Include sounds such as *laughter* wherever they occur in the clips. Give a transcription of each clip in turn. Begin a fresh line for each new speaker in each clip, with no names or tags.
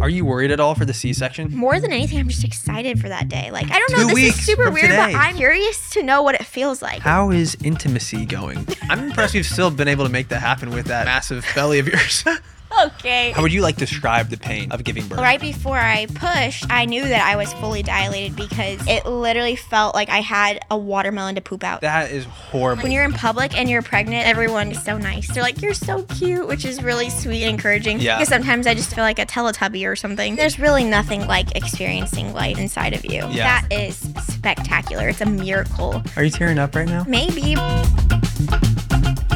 Are you worried at all for the C section?
More than anything, I'm just excited for that day. Like, I don't know,
Two
this
weeks
is super
from
weird,
today.
but I'm curious to know what it feels like.
How is intimacy going? I'm impressed you've still been able to make that happen with that massive belly of yours. *laughs*
Okay.
How would you like to describe the pain of giving birth?
Right before I pushed, I knew that I was fully dilated because it literally felt like I had a watermelon to poop out.
That is horrible.
When you're in public and you're pregnant, everyone is so nice. They're like, you're so cute, which is really sweet and encouraging.
Yeah.
Because sometimes I just feel like a Teletubby or something. There's really nothing like experiencing life inside of you.
Yeah.
That is spectacular. It's a miracle.
Are you tearing up right now?
Maybe.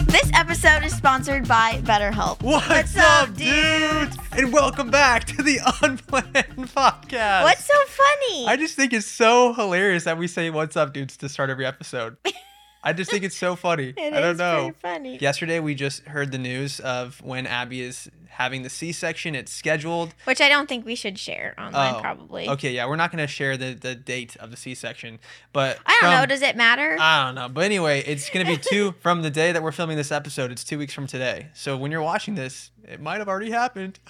This episode is sponsored by BetterHelp.
What's, up, dudes? And welcome back to the *laughs* Unplanned Podcast.
What's so funny?
I just think it's so hilarious that we say "What's up, dudes" to start every
*laughs*
episode. I just think it's so funny.
It
I don't
is
know.
pretty funny.
Yesterday we just heard the news of when Abby is having the C-section. It's scheduled.
Which I don't think we should share online, probably.
Oh, Okay, yeah, we're not going to share the the date of the C-section, but
I don't
from-
know. Does it matter?
Um, I don't know. But anyway, it's going to be
*laughs*
two from the day that we're filming this episode. It's two weeks from today. So when you're watching this, it might have already
*gasps*
happened. *gasps*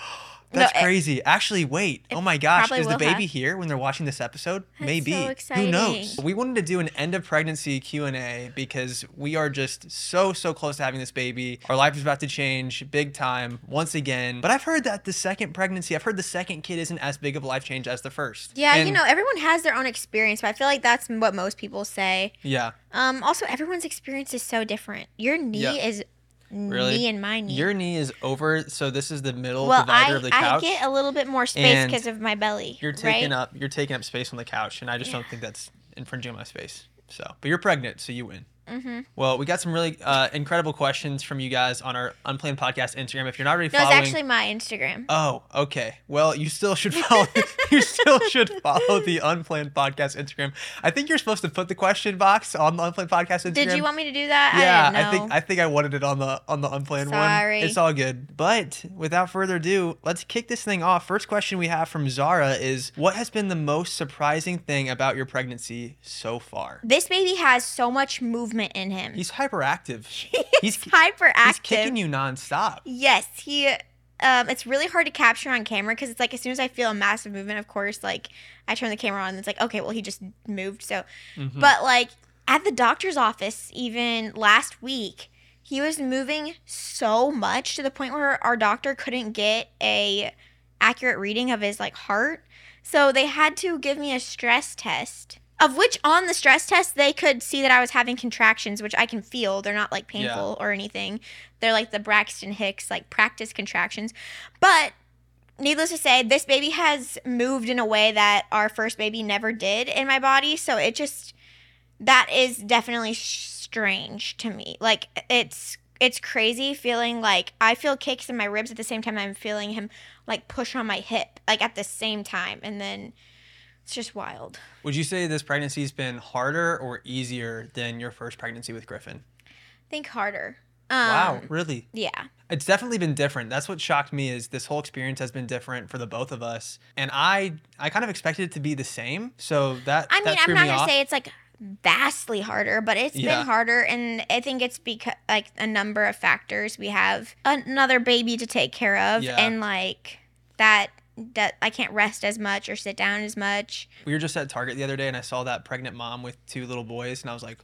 That's
No, it-
crazy. Actually, wait. Oh my gosh.
probably
Is the
will
baby
have.
here when they're watching this episode?
That's
Maybe.
so
Who
exciting.
knows? We wanted to do an end of pregnancy Q&A because we are just so so close to having this baby. Our life is about to change big time once again. But I've heard that the second pregnancy, I've heard the second kid isn't as big of a life change as the first.
yeah, you
And-
know, everyone has their own experience, but I feel like that's what most people say.
Yeah.
Um, also, everyone's experience is so different. Your knee
Yeah.
is
Really?
knee and my knee.
Your knee is over, so this is the middle
well,
divider
I,
of the
I
couch.
get a little bit more space
and
because of my belly.
you're taking
right?
up you're taking up space on the couch, and I just don't think that's infringing on my space. So, but you're pregnant, so you win.
Mhm.
Well, we got some really uh, incredible questions from you guys on our Unplanned Podcast Instagram. If you're not already
No, it's
following,
actually my Instagram.
oh, okay. Well, you still
*laughs*
should follow. you still should follow the Unplanned Podcast Instagram. I think you're supposed to put the question box on the Unplanned Podcast Instagram.
Did you want me to do that?
Yeah,
I
I,
didn't know.
think I think I wanted it on the on the unplanned
Sorry.
one. It's all good. But without further ado, let's kick this thing off. First question we have from Zara is what has been the most surprising thing about your pregnancy so far?
this baby has so much movement in him. *laughs*
He's hyperactive. he's ki-
hyperactive.
he's kicking you nonstop.
Yes, he. Um, it's really hard to capture on camera because it's like as soon as I feel a massive movement, of course, like I turn the camera on, and it's like okay, well he just moved. So,
Mhm.
but like at the doctor's office, even last week, he was moving so much to the point where our doctor couldn't get a accurate reading of his like heart. So they had to give me a stress test. Of which on the stress test they could see that I was having contractions, which I can feel. They're not like
Yeah.
painful or anything. They're like the Braxton Hicks like practice contractions. But needless to say, this baby has moved in a way that our first baby never did in my body. So it just that is definitely sh- strange to me. Like it's it's crazy feeling like I feel kicks in my ribs at the same time I'm feeling him like push on my hip like at the same time and then it's just wild.
Would you say this pregnancy's been harder or easier than your first pregnancy with Griffin?
Think harder.
wow,
Um,
really?
Yeah.
it's definitely been different that's what shocked me is this whole experience has been different for the both of us and i i kind of expected it to be the same so that
I mean,
that
I'm
threw
not
me
gonna
off.
say it's like vastly harder, but it's
Yeah.
been harder, and I think it's because like a number of factors. We have another baby to take care of,
Yeah.
and like that that I can't rest as much or sit down as much.
we were just at target the other day and i saw that pregnant mom with two little boys and i was like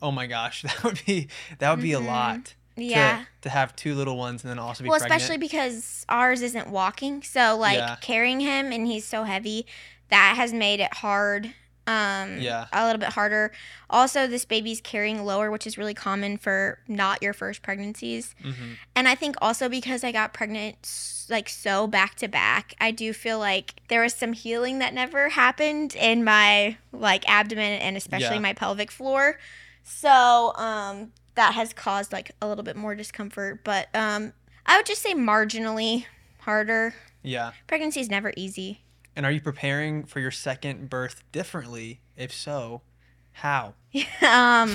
oh my gosh *laughs* that would be that would be a
Mhm.
lot
Yeah.
to, to have two little ones and then also be
Well,
pregnant
especially because ours isn't walking, so like
Yeah.
carrying him and he's so heavy, that has made it hard. Um,
Yeah.
a little bit harder. Also, this baby's carrying lower, which is really common for not your first pregnancies.
Mhm.
And I think also because I got pregnant s- like so back to back, I do feel like there was some healing that never happened in my like abdomen and especially
Yeah.
my pelvic floor. So, um that has caused like a little bit more discomfort, but um I would just say marginally harder.
yeah
Pregnancy is never easy. *laughs*
and are you preparing for your second birth differently if so how *laughs*
um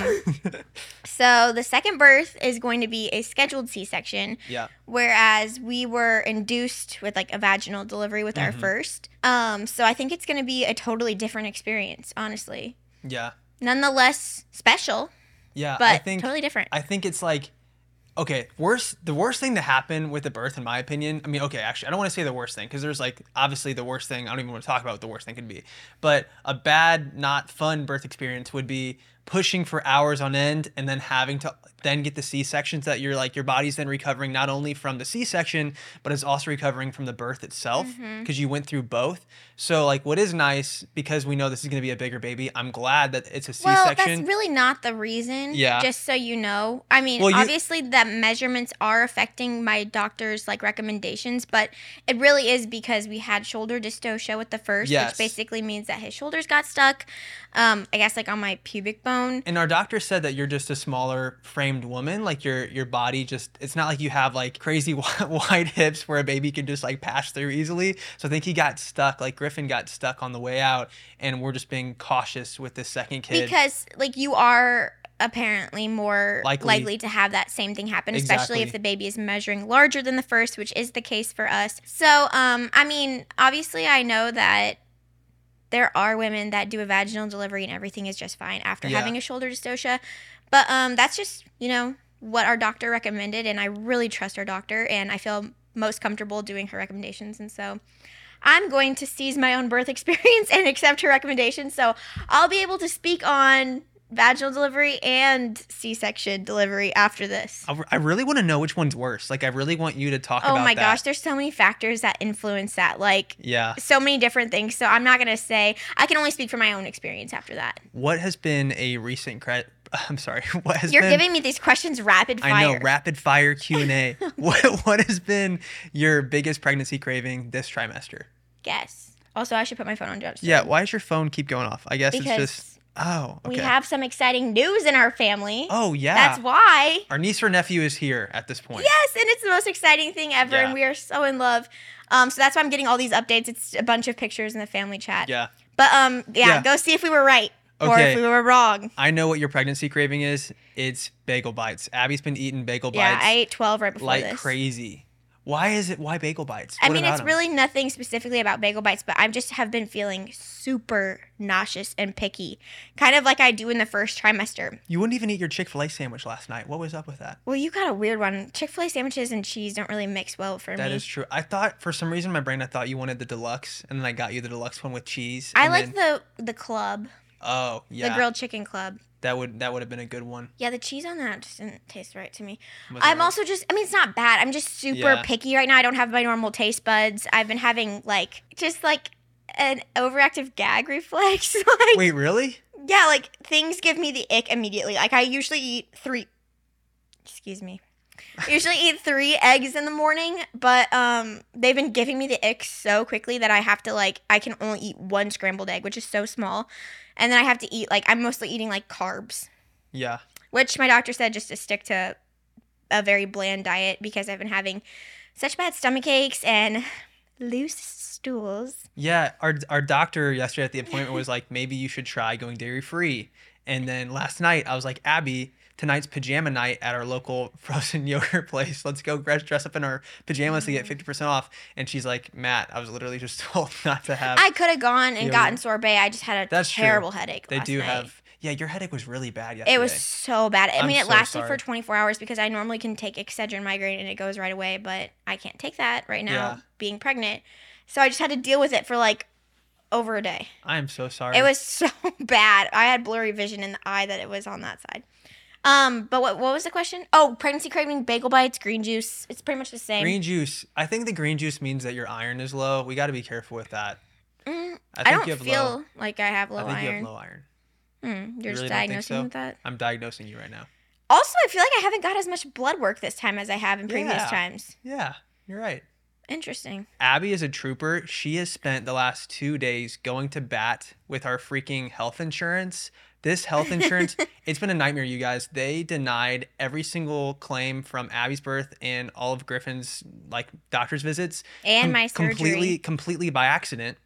so the second birth is going to be a scheduled C-section.
yeah
whereas we were induced with like a vaginal delivery with our
Mhm.
first. Um, so I think it's going to be a totally different experience, honestly.
yeah
Nonetheless, special,
yeah
but
i think
totally different.
I think it's like okay, worst the worst thing to happen with the birth, in my opinion. I mean, okay, actually, I don't want to say the worst thing because there's like obviously the worst thing. I don't even want to talk about what the worst thing could be. But a bad, not fun birth experience would be pushing for hours on end and then having to then get the C sections that you're like your body's then recovering not only from the C section but it's also recovering from the birth itself because
Mm-hmm.
you went through both. So like, what is nice because we know this is going to be a bigger baby. I'm glad that it's a C
Well,
section.
that's really not the reason.
Yeah.
Just so you know, I mean,
Well, you-
obviously the measurements are affecting my doctor's like recommendations, but it really is because we had shoulder dystocia with the first,
Yes.
which basically means that his shoulders got stuck. Um, I guess like on my pubic bone.
And our doctor said that you're just a smaller framed woman. Like your your body just it's not like you have like crazy *laughs* wide, wide hips where a baby can just like pass through easily. So I think he got stuck. Like Griffin got stuck on the way out, and we're just being cautious with this second kid.
Because like you are apparently more
Likely.
likely, to have that same thing happen, especially
Exactly.
if the baby is measuring larger than the first, which is the case for us. So, um, I mean, obviously, I know that there are women that do a vaginal delivery and everything is just fine after
Yeah.
having a shoulder dystocia, but um, that's just you know what our doctor recommended, and I really trust our doctor, and I feel most comfortable doing her recommendations, and so. I'm going to seize my own birth *laughs* experience and accept her recommendations. So I'll be able to speak on vaginal delivery and C-section delivery after this.
I re- I really want to know which one's worse. Like I really want you to talk
Oh
about
my
that.
gosh, there's so many factors that influence that. Like
Yeah.
so many different things. So I'm not going to say. I can only speak from my own experience after that.
What has been a recent credit? *laughs* I'm sorry. What has
You're
been
giving me these questions rapid fire.
I know rapid fire
*laughs*
Q&A. what what has been your biggest pregnancy craving this trimester?
Guess. Also, I should put my phone on do not disturb.
Yeah, why does your phone keep going off? I guess
Because
it's just oh, okay.
we have some exciting news in our family.
oh yeah.
That's why.
Our niece or nephew is here at this point.
Yes, and it's the most exciting thing ever,
Yeah.
and we are so in love. Um, so that's why I'm getting all these updates. It's a bunch of pictures in the family chat.
Yeah.
But um, yeah,
Yeah.
go see if we were right or
Okay.
if we were wrong.
I know what your pregnancy craving is. It's bagel bites. Abby's been eating bagel
Yeah,
bites
I ate 12 right before
like
this.
crazy. Why is it why bagel bites?
I
What
mean,
about
it's
'em?
really nothing specifically about bagel bites, but I just have been feeling super nauseous and picky, kind of like I do in the first trimester.
You wouldn't even eat your Chick-fil-A sandwich last night. What was up with that?
Well, you got a weird one. Chick fil A sandwiches and cheese don't really mix well for
That
me.
is true. I thought for some reason in my brain I thought you wanted the deluxe and then I got you the deluxe one with cheese.
I
and
like
then-
the the club,
Oh, yeah.
the grilled chicken club.
that would that would have been a good one.
Yeah, the cheese on that just didn't taste right to me.
Was
I'm
it-
also just, I mean, it's not bad. I'm just super
Yeah.
picky right now. I don't have my normal taste buds. I've been having like, just like an overactive gag reflex. *laughs* like,
Wait, really?
yeah, like things give me the ick immediately. Like, I usually eat three, excuse me. I usually eat three eggs in the morning, but um, they've been giving me the ick so quickly that I have to like I can only eat one scrambled egg, which is so small, and then I have to eat like I'm mostly eating like carbs
Yeah.
which my doctor said just to stick to a very bland diet because I've been having such bad stomach aches and loose stools.
Yeah, our our doctor yesterday at the appointment was like, maybe you should try going dairy free. And then last night I was like, Abby, tonight's pajama night at our local *laughs* frozen yogurt place. Let's go dress, dress up in our pajamas to get fifty percent off. And she's like, Matt, I was literally just *laughs* told not to have.
I could have gone and
Yeah,
gotten sorbet. I just had a
That's true.
terrible headache.
they
last
do
night.
have. Yeah, your headache was really bad yesterday.
It was so bad. I
I'm
mean, it
so
lasted
sorry.
for 24 hours because I normally can take Excedrin migraine and it goes right away, but I can't take that right now,
Yeah.
being pregnant. So I just had to deal with it for like over a day.
I am so sorry.
It was so *laughs* bad. I had blurry vision in the eye that it was on that side. Um, but what what was the question? Oh, pregnancy craving, bagel bites, green juice. It's pretty much the same.
green juice. I think the green juice means that your iron is low. We got to be careful with that.
Mm,
I
I,
think
don't
you have
feel
low.
like I have low
I think you
iron.
have low iron.
Hmm, you're
really don't
just
think
diagnosing
so?
with that.
I'm diagnosing you right now.
Also, I feel like I haven't got as much blood work this time as I have in previous
Yeah.
times.
Yeah, you're right.
Interesting.
Abby is a trooper. She has spent the last two days going to bat with our freaking health insurance. This health
*laughs*
insurance, it's been a nightmare, you guys. They denied every single claim from Abby's birth and all of Griffin's like doctor's visits.
And
com-
my surgery.
completely completely by accident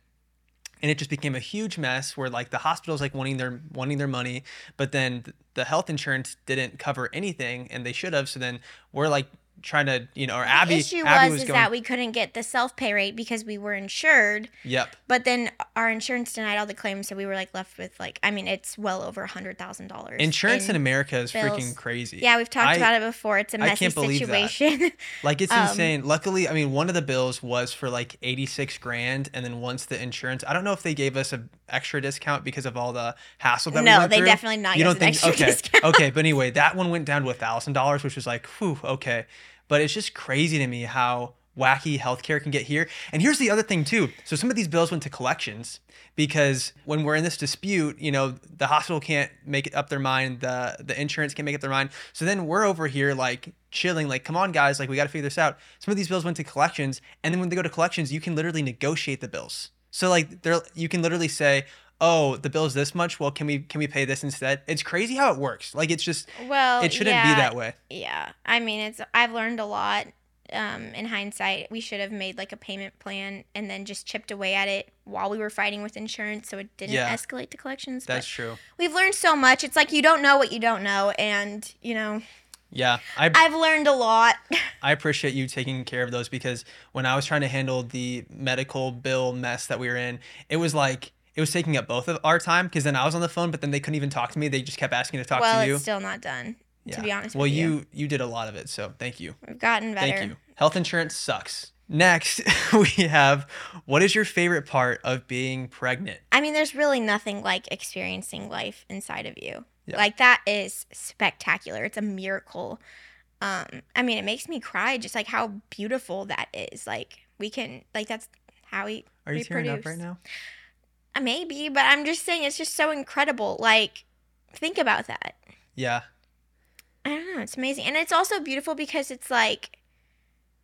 and it just became a huge mess where like the hospital's like wanting their wanting their money but then th- the health insurance didn't cover anything and they should have so then we're like trying to, you know, or Abby.
the issue
Abby
was,
was
is
going,
that we couldn't get the self pay rate because we were insured,
Yep.
but then our insurance denied all the claims, so we were like left with like I mean it's well over a hundred thousand dollars.
Insurance in America is
bills.
freaking crazy.
yeah, we've talked
I-
about it before. It's a
I
messy
can't believe that.
situation.
Like it's
Um,
insane. Luckily, I mean, one of the bills was for like 86 grand. And then once the insurance, I don't know if they gave us an extra discount because of all the hassle
*laughs*
that we
no,
went
they
through.
definitely not.
you
give
don't
us an *laughs*
think
extra
okay
discount.
okay but anyway that one went down to a thousand dollars which was like whew okay but it's just crazy to me how wacky healthcare can get here and here's the other thing too so some of these bills went to collections because when we're in this dispute you know the hospital can't make up their mind the the insurance can't make up their mind so then we're over here like chilling like come on guys like we got to figure this out some of these bills went to collections and then when they go to collections you can literally negotiate the bills so like there you can literally say oh the bill's this much well can we can we pay this instead it's crazy how it works like it's just
Well,
it shouldn't
Oh, yeah,
be that way
Yeah, I mean it's I've learned a lot. Um, in hindsight, we should have made like a payment plan and then just chipped away at it while we were fighting with insurance, so it didn't
Yeah.
escalate to collections. but-
that's true
we've learned so much. It's like you don't know what you don't know, and you know
yeah I,
I've learned a lot.
I appreciate you taking care of those because when i was trying to handle the medical bill mess that we were in it was like it was taking up both of our time because then i was on the phone but then they couldn't even talk to me they just kept asking to talk
well,
to you
it's still not done.
yeah.
to be honest
well
with you.
you you did a lot of it so thank you
We've gotten better.
Thank you. Health insurance sucks. Next, *laughs* we have what is your favorite part of being pregnant?
I mean, there's really nothing like experiencing life inside of you.
Yeah.
Like that is spectacular. It's a miracle. Um, I mean, it makes me cry just like how beautiful that is. Like we can, like that's how we
Are you tearing up right
Reproduce.
now?
uh, maybe, but I'm just saying it's just so incredible. Like, think about that.
Yeah.
I don't know. It's amazing. And it's also beautiful because it's like,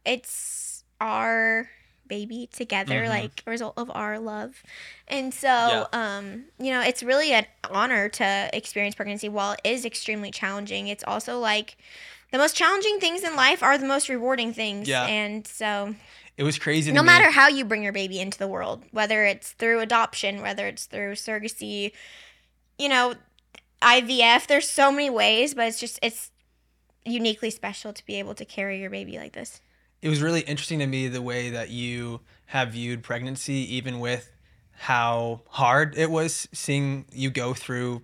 it's our baby together,
Mhm.
like a result of our love. And so, um, you know, it's really an honor to experience pregnancy while it is extremely challenging. It's also like the most challenging things in life are the most rewarding things.
Yeah.
And so,
It was crazy.
no
to me.
matter how you bring your baby into the world, whether it's through adoption, whether it's through surrogacy, you know, IVF, there's so many ways, but it's just, it's uniquely special to be able to carry your baby like this.
it was really interesting to me the way that you have viewed pregnancy, even with how hard it was seeing you go through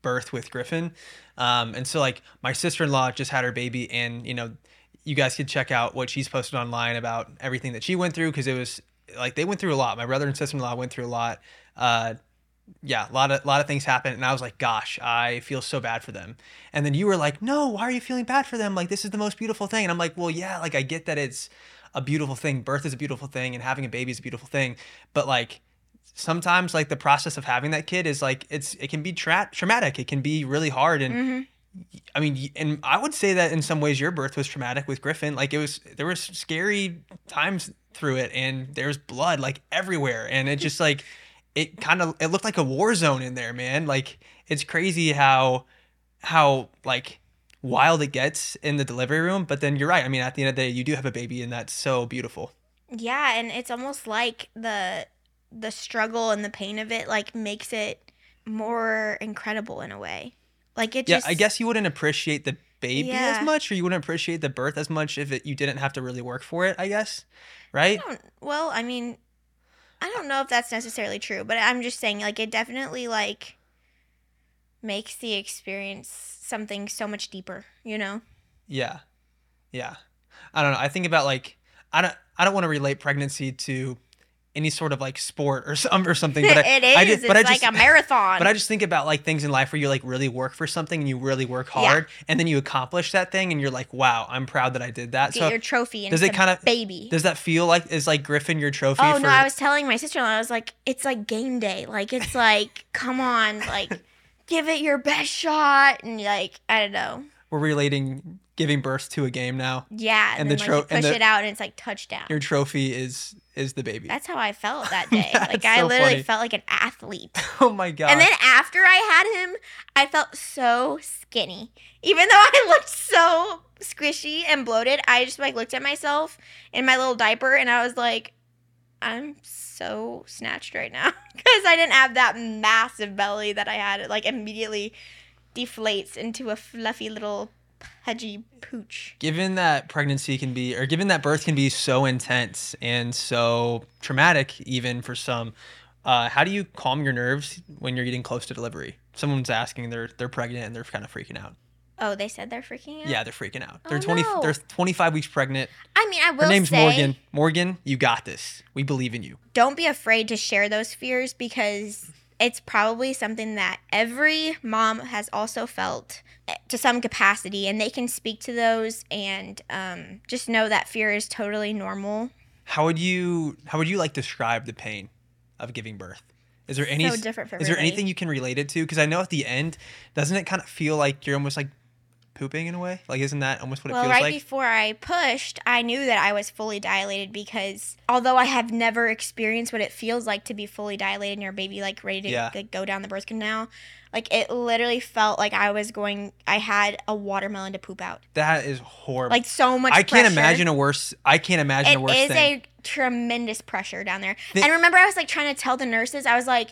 birth with Griffin. Um, and so, like, my sister in law just had her baby, and you know, you guys could check out what she's posted online about everything that she went through because it was like they went through a lot. My brother and sister in law went through a lot. Uh, yeah, a lot of lot of things happened, and I was like, "Gosh, I feel so bad for them." And then you were like, "No, why are you feeling bad for them? Like this is the most beautiful thing." And I'm like, "Well, yeah, like I get that it's a beautiful thing. Birth is a beautiful thing, and having a baby is a beautiful thing. But like sometimes, like the process of having that kid is like it's it can be tra- traumatic. It can be really hard, and
Mm-hmm.
I mean, y- and I would say that in some ways your birth was traumatic with Griffin. Like it was, there was scary times through it, and there was blood like everywhere, and it just like it kind of it looked like a war zone in there, man. Like it's crazy how how like wild it gets in the delivery room. But then you're right. I mean, at the end of the day, you do have a baby, and that's so beautiful.
Yeah. And it's almost like the, the struggle and the pain of it, like makes it more incredible in a way. Like it
Yeah,
just,
I guess you wouldn't appreciate the baby
Yeah.
as much, or you wouldn't appreciate the birth as much if it, you didn't have to really work for it. I guess, right?
I don't, well, I mean, I don't know if that's necessarily true, but I'm just saying, like, it definitely like makes the experience something so much deeper, you know?
Yeah. Yeah. I don't know. I think about like I don't I don't want to relate pregnancy to any sort of like sport or *laughs* some or something, but I,
*laughs* it is.
I just-
it's
but I
like
just-
a
*laughs*
marathon.
but I just think about like things in life where you like really work for something and you really work hard and then you accomplish that thing and you're like, "Wow, I'm proud that I did that."
get
so
your trophy and
does
does
it kinda-
baby.
does that feel like is like Griffin your trophy
Oh
for
no! I was telling my sister-in-law, I was like, "It's like game day. Like it's like, come on, like, give it your best shot." And like, I don't know.
we're relating giving birth to a game now.
Yeah, and,
And the
then
tro-
like, you
and
push
the-
it out, and it's like touchdown.
Your trophy is is the baby.
That's how I felt that day.
Yeah,
like
it's
I
so
literally
funny.
felt like an athlete.
*laughs* oh my god.
And then after I had him, I felt so skinny. Even though *laughs* I looked so squishy and bloated, I just like looked at myself in my little diaper and I was like, I'm so snatched right now *laughs* because I didn't have that massive belly that I had. It like immediately deflates into a fluffy little pudgy pooch.
Given that pregnancy can be, or given that birth can be so intense and so traumatic, even for some, uh, how do you calm your nerves when you're getting close to delivery? Someone's asking, they're they're pregnant and they're kind of freaking out.
Oh, they said they're freaking out.
Yeah, they're freaking out.
Oh,
They're twenty.
no.
They're twenty five weeks pregnant.
I mean, I will
Her name's
say,
Morgan. Morgan, you got this. We believe in you.
don't be afraid to share those fears because it's probably something that every mom has also felt eh, to some capacity, and they can speak to those and um, just know that fear is totally normal.
How would you How would you like describe the pain of giving birth? Is there any
so different for
Is there
everybody.
anything you can relate it to? Because I know at the end, doesn't it kind of feel like you're almost like pooping in a way? Like isn't that almost what it
Well,
feels
right
like?
before I pushed, I knew that I was fully dilated because although I have never experienced what it feels like to be fully dilated and your baby like ready to
Yeah.
like, go down the birth canal, like it literally felt like I was going. I had a watermelon to poop out.
that is horrible.
Like so much.
I can't
pressure.
imagine a worse. I can't imagine a
It
worse
is
thing.
a tremendous pressure down there.
The-
and remember, I was like trying to tell the nurses, I was like,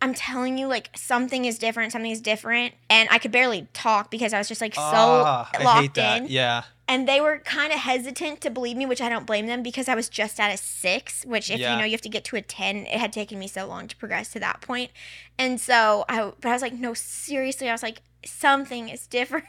I'm telling you, like something is different. Something is different, and I could barely talk because I was just like so
Ah, I hate
locked
that.
in.
Yeah,
And they were kind of hesitant to believe me, which I don't blame them because I was just at a six, which if
Yeah.
you know you have to get to a ten, it had taken me so long to progress to that point. And so I, but I was like, no, seriously, I was like, something is *laughs* different.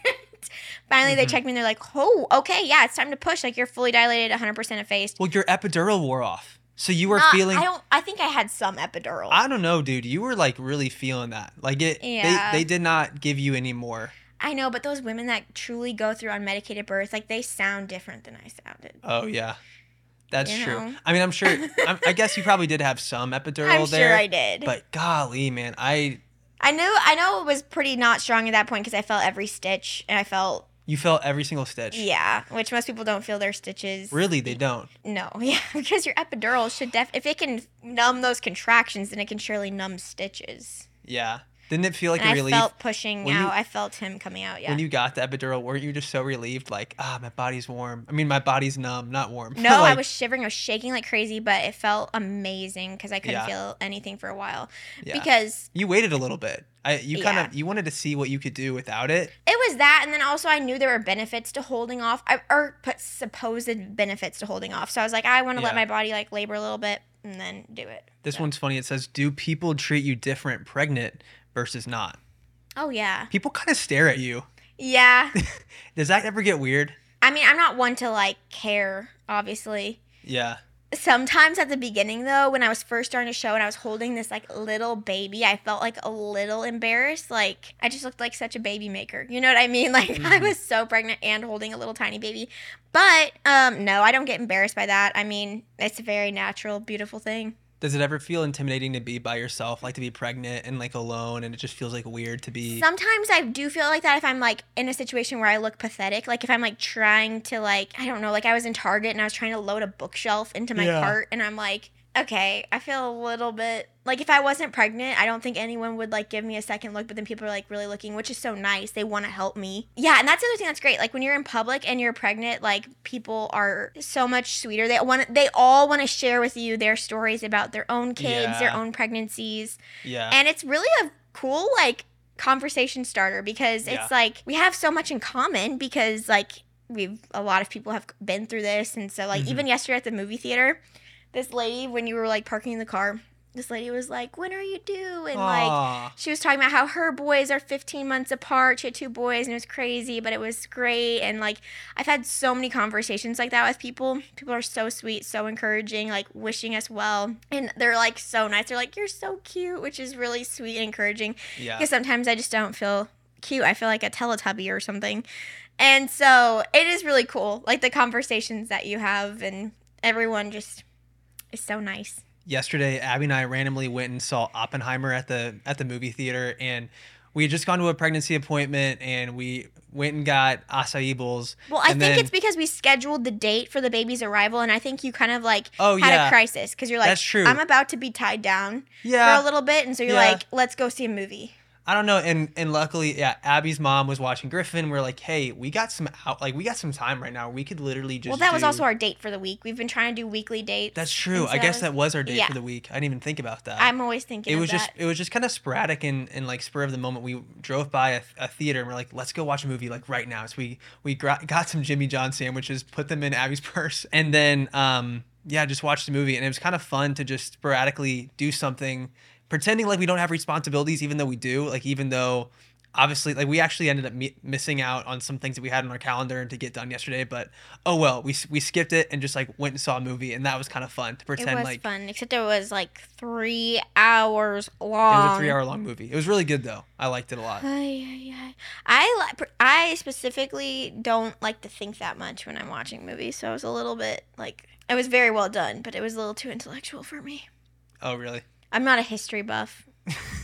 Finally, they
Mhm.
checked me, and they're like, oh, okay, yeah, it's time to push. Like you're fully dilated, 100 percent effaced.
well, your epidural wore off, so you were
Not-
feeling.
I don't. I think I had some epidural. I,
I don't know, dude. You were like really feeling that. Like it.
Yeah.
They, they did not give you any more.
know, but those women that truly go through unmedicated birth, like they sound different than I sounded.
Oh yeah, that's
You
true.
know.
I mean, I'm sure. I'm,
*laughs*
I guess you probably did have some epidural
I'm
there.
sure I did.
But golly, man, I
I knew I know it was pretty not strong at that point because I felt every stitch and I felt
you felt every single stitch.
yeah, which most people don't feel their stitches.
Really, they don't.
No, *laughs* yeah, because your epidural should def if it can numb those contractions, then it can surely numb stitches.
Yeah. Didn't it feel like
and
a
I
relief
felt pushing
When you-
out. I felt him coming out. Yeah.
when you got the epidural? Weren't you just so relieved? Like, ah, my body's warm. I mean, my body's numb, not warm. *laughs*
no, I
Like,
was shivering. I was shaking like crazy, but it felt amazing because I
Yeah.
couldn't feel anything for a while.
yeah.
Because
you waited a little bit. I you kind
Yeah.
of you wanted to see what you could do without it.
it was that and then also i knew there were benefits to holding off I, or put supposed benefits to holding off so i was like i want to let
Yeah.
my body like labor a little bit and then do it
This
Yeah.
one's funny. It says, "Do people treat you different pregnant versus not?"
oh yeah
People kind of stare at you.
yeah
Does that ever get weird?
i mean i'm not one to like care obviously
Yeah.
sometimes at the beginning though when i was first starting to show and i was holding this like little baby i felt like a little embarrassed like i just looked like such a baby maker you know what i mean *laughs* like i
Mhm.
was so pregnant and holding a little tiny baby but um no i don't get embarrassed by that i mean it's a very natural beautiful thing
Does it ever feel intimidating to be by yourself, like to be pregnant and like alone, and it just feels like weird to be?
sometimes i do feel like that if i'm like in a situation where i look pathetic like if i'm like trying to like i don't know like i was in target and i was trying to load a bookshelf into my
Yeah.
cart and i'm like okay i feel a little bit like if i wasn't pregnant i don't think anyone would like give me a second look but then people are like really looking which is so nice they want to help me yeah and that's the other thing that's great like when you're in public and you're pregnant like people are so much sweeter they want they all want to share with you their stories about their own kids their
Yeah.
own pregnancies
yeah.
and it's really a cool like conversation starter because
Yeah.
it's like we have so much in common because like we've a lot of people have been through this and so like
Mhm.
even yesterday at the movie theater this lady when you were like parking the car this lady was like when are you due and like
Aw.
she was talking about how her boys are 15 months apart. She had two boys and it was crazy, but it was great. And like, I've had so many conversations like that with people. People are so sweet, so encouraging, like wishing us well. And they're like so nice. They're like, you're so cute, which is really sweet and encouraging.
yeah.
Because sometimes I just don't feel cute. I feel like a Teletubby or something. And so it is really cool, like the conversations that you have, and everyone just is so nice.
yesterday abby and i randomly went and saw oppenheimer at the at the movie theater and we had just gone to a pregnancy appointment and we went and got acai bowls
Well, I
And
think
then-
it's because we scheduled the date for the baby's arrival, and I think you kind of like
oh
had
yeah
a crisis because you're like,
That's true.
I'm about to be tied down
yeah
for a little bit, and so you're
Yeah.
like, let's go see a movie.
I don't know. And and luckily, yeah, Abby's mom was watching Griffin. We're like, hey, we got some out, like we got some time right now. We could literally just.
well, that was
do-
also our date for the week. We've been trying to do weekly dates.
That's true.
and
I
so
guess that was our date
yeah.
for the week. I didn't even think about that.
I'm always thinking.
it
of
was just
that.
it was just kind of sporadic and, and like spur of the moment we drove by a, a theater and we're like let's go watch a movie like right now so we we gra- got some jimmy john sandwiches put them in abby's *laughs* purse and then um yeah just watched the movie and it was kind of fun to just sporadically do something pretending like we don't have responsibilities even though we do like even though obviously like we actually ended up mi- missing out on some things that we had on our calendar to get done yesterday but oh well we, s- we skipped it and just like went and saw a movie and that was kind of fun to
It
pretend
was
like
fun, except it was like three hours
it
long.
was a three hour long movie. It was really good though. I liked it a
*laughs*
lot.
Ay, ay, ay. I li- I specifically don't like to think that much when I'm watching movies, so I was a little bit like it was very well done, but it was a little too intellectual for me.
Oh really? *laughs*
I'm not a history buff,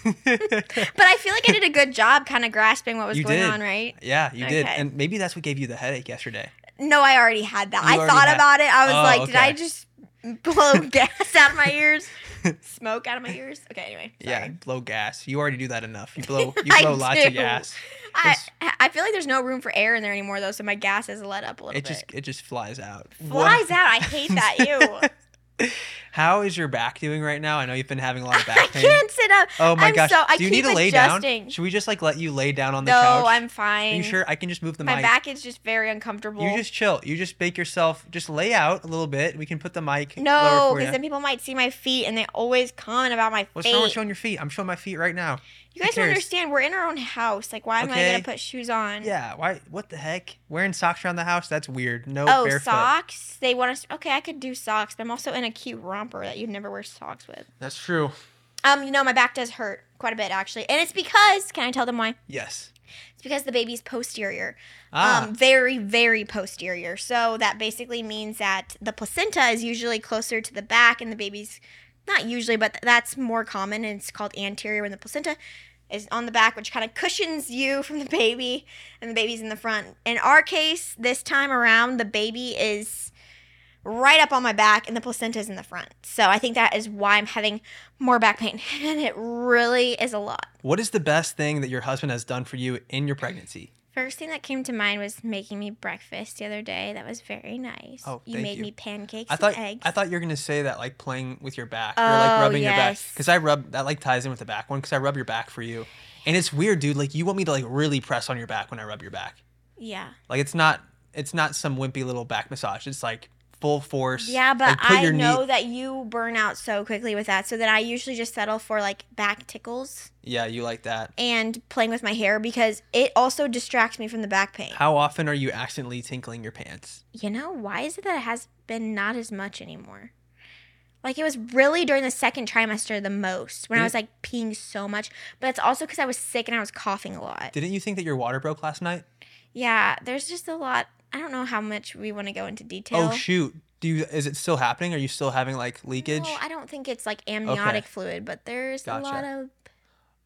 yeah,
but I feel like I did
*laughs*
a good job kind of grasping what was
You
going
did.
on, right?
you did.
Okay.
And maybe that's what gave you the headache yesterday.
No, I already had that.
You
I
already
thought
had-
about it. I was
Oh,
like, did I
okay.
just
*laughs*
blow gas out of my ears? Smoke out of my ears? Okay, anyway.
Yeah,
sorry.
blow gas. You already do that enough. You
*laughs*
blow you
I
blow lots
do.
of gas.
I,
It's-
I feel like there's no room for air in there anymore, though, so my gas has let up a little
It
bit.
just it just flies out.
Flies
What-
out. I
*laughs*
hate that. Ew.
How is your back doing right now? I know you've been having a lot of
*laughs* I
back pain.
can't sit up.
Oh my
I'm
gosh.
so- I
do you
keep
need to lay
adjusting.
down? Should we just like let you lay down on the
no,
couch?
I'm fine.
Are you sure? I can just move the
My
mic.
back is just very uncomfortable.
You just chill. You just make yourself just lay out a little bit. We can put the mic lower
no,
for you.
because then people might see my feet and they always comment about my
What's wrong with
feet.
showing your feet? I'm showing my feet right now. Who
You guys don't
cares?
understand. We're in our own house. Like, why am I
Okay.
gonna put shoes on?
Yeah, why? What the heck? Wearing socks around the house? That's weird. No
Oh,
barefoot.
socks. They want us. Okay, I could do socks, but I'm also in a cute romper that you'd never wear socks with.
That's true.
Um, you know, my back does hurt quite a bit actually, and it's because. Can I tell them why?
Yes.
It's because the baby's posterior.
Ah,
um, very, very posterior. So that basically means that the placenta is usually closer to the back, and the baby's not usually, but that's more common. And it's called anterior when the placenta is on the back, which kind of cushions you *laughs* from the baby, and the baby's in the front. In our case, this time around, the baby is right up on my back, and the placenta is in the front. So I think that is why I'm having more back pain, *laughs* and it really is a lot.
what is the best thing that your husband has done for you in your pregnancy?
First thing that came to mind was making me breakfast the other day. That was very nice.
Oh,
you
thank
made
you.
me pancakes
I thought
and eggs.
I thought you were gonna say that like playing with your back or like
Oh,
rubbing your back
yes.
because I rub that like ties in with the back one because I rub your back for you, and it's weird, dude. Like you want me to like really press on your back when I rub your back.
yeah.
Like it's not it's not some wimpy little back massage. It's like full force.
Yeah, but
like, put
I
your
know
Knee-
that you burn out so quickly with that. So then I usually just settle for like back tickles
yeah, you like that.
and playing with my hair because it also distracts me from the back pain.
How often are you accidentally tinkling your pants?
you know, why is it that it has been not as much anymore? Like it was really during the second trimester the most when I
Did-
was like peeing so much, but it's also because I was sick and I was coughing a lot.
Didn't you think that your water broke last night?
Yeah, there's just a lot. I don't know how much we want to go into detail.
Oh shoot. Do you is it still happening? Are you still having like leakage?
No, I don't think it's like amniotic fluid, but there's
Gotcha.
a lot of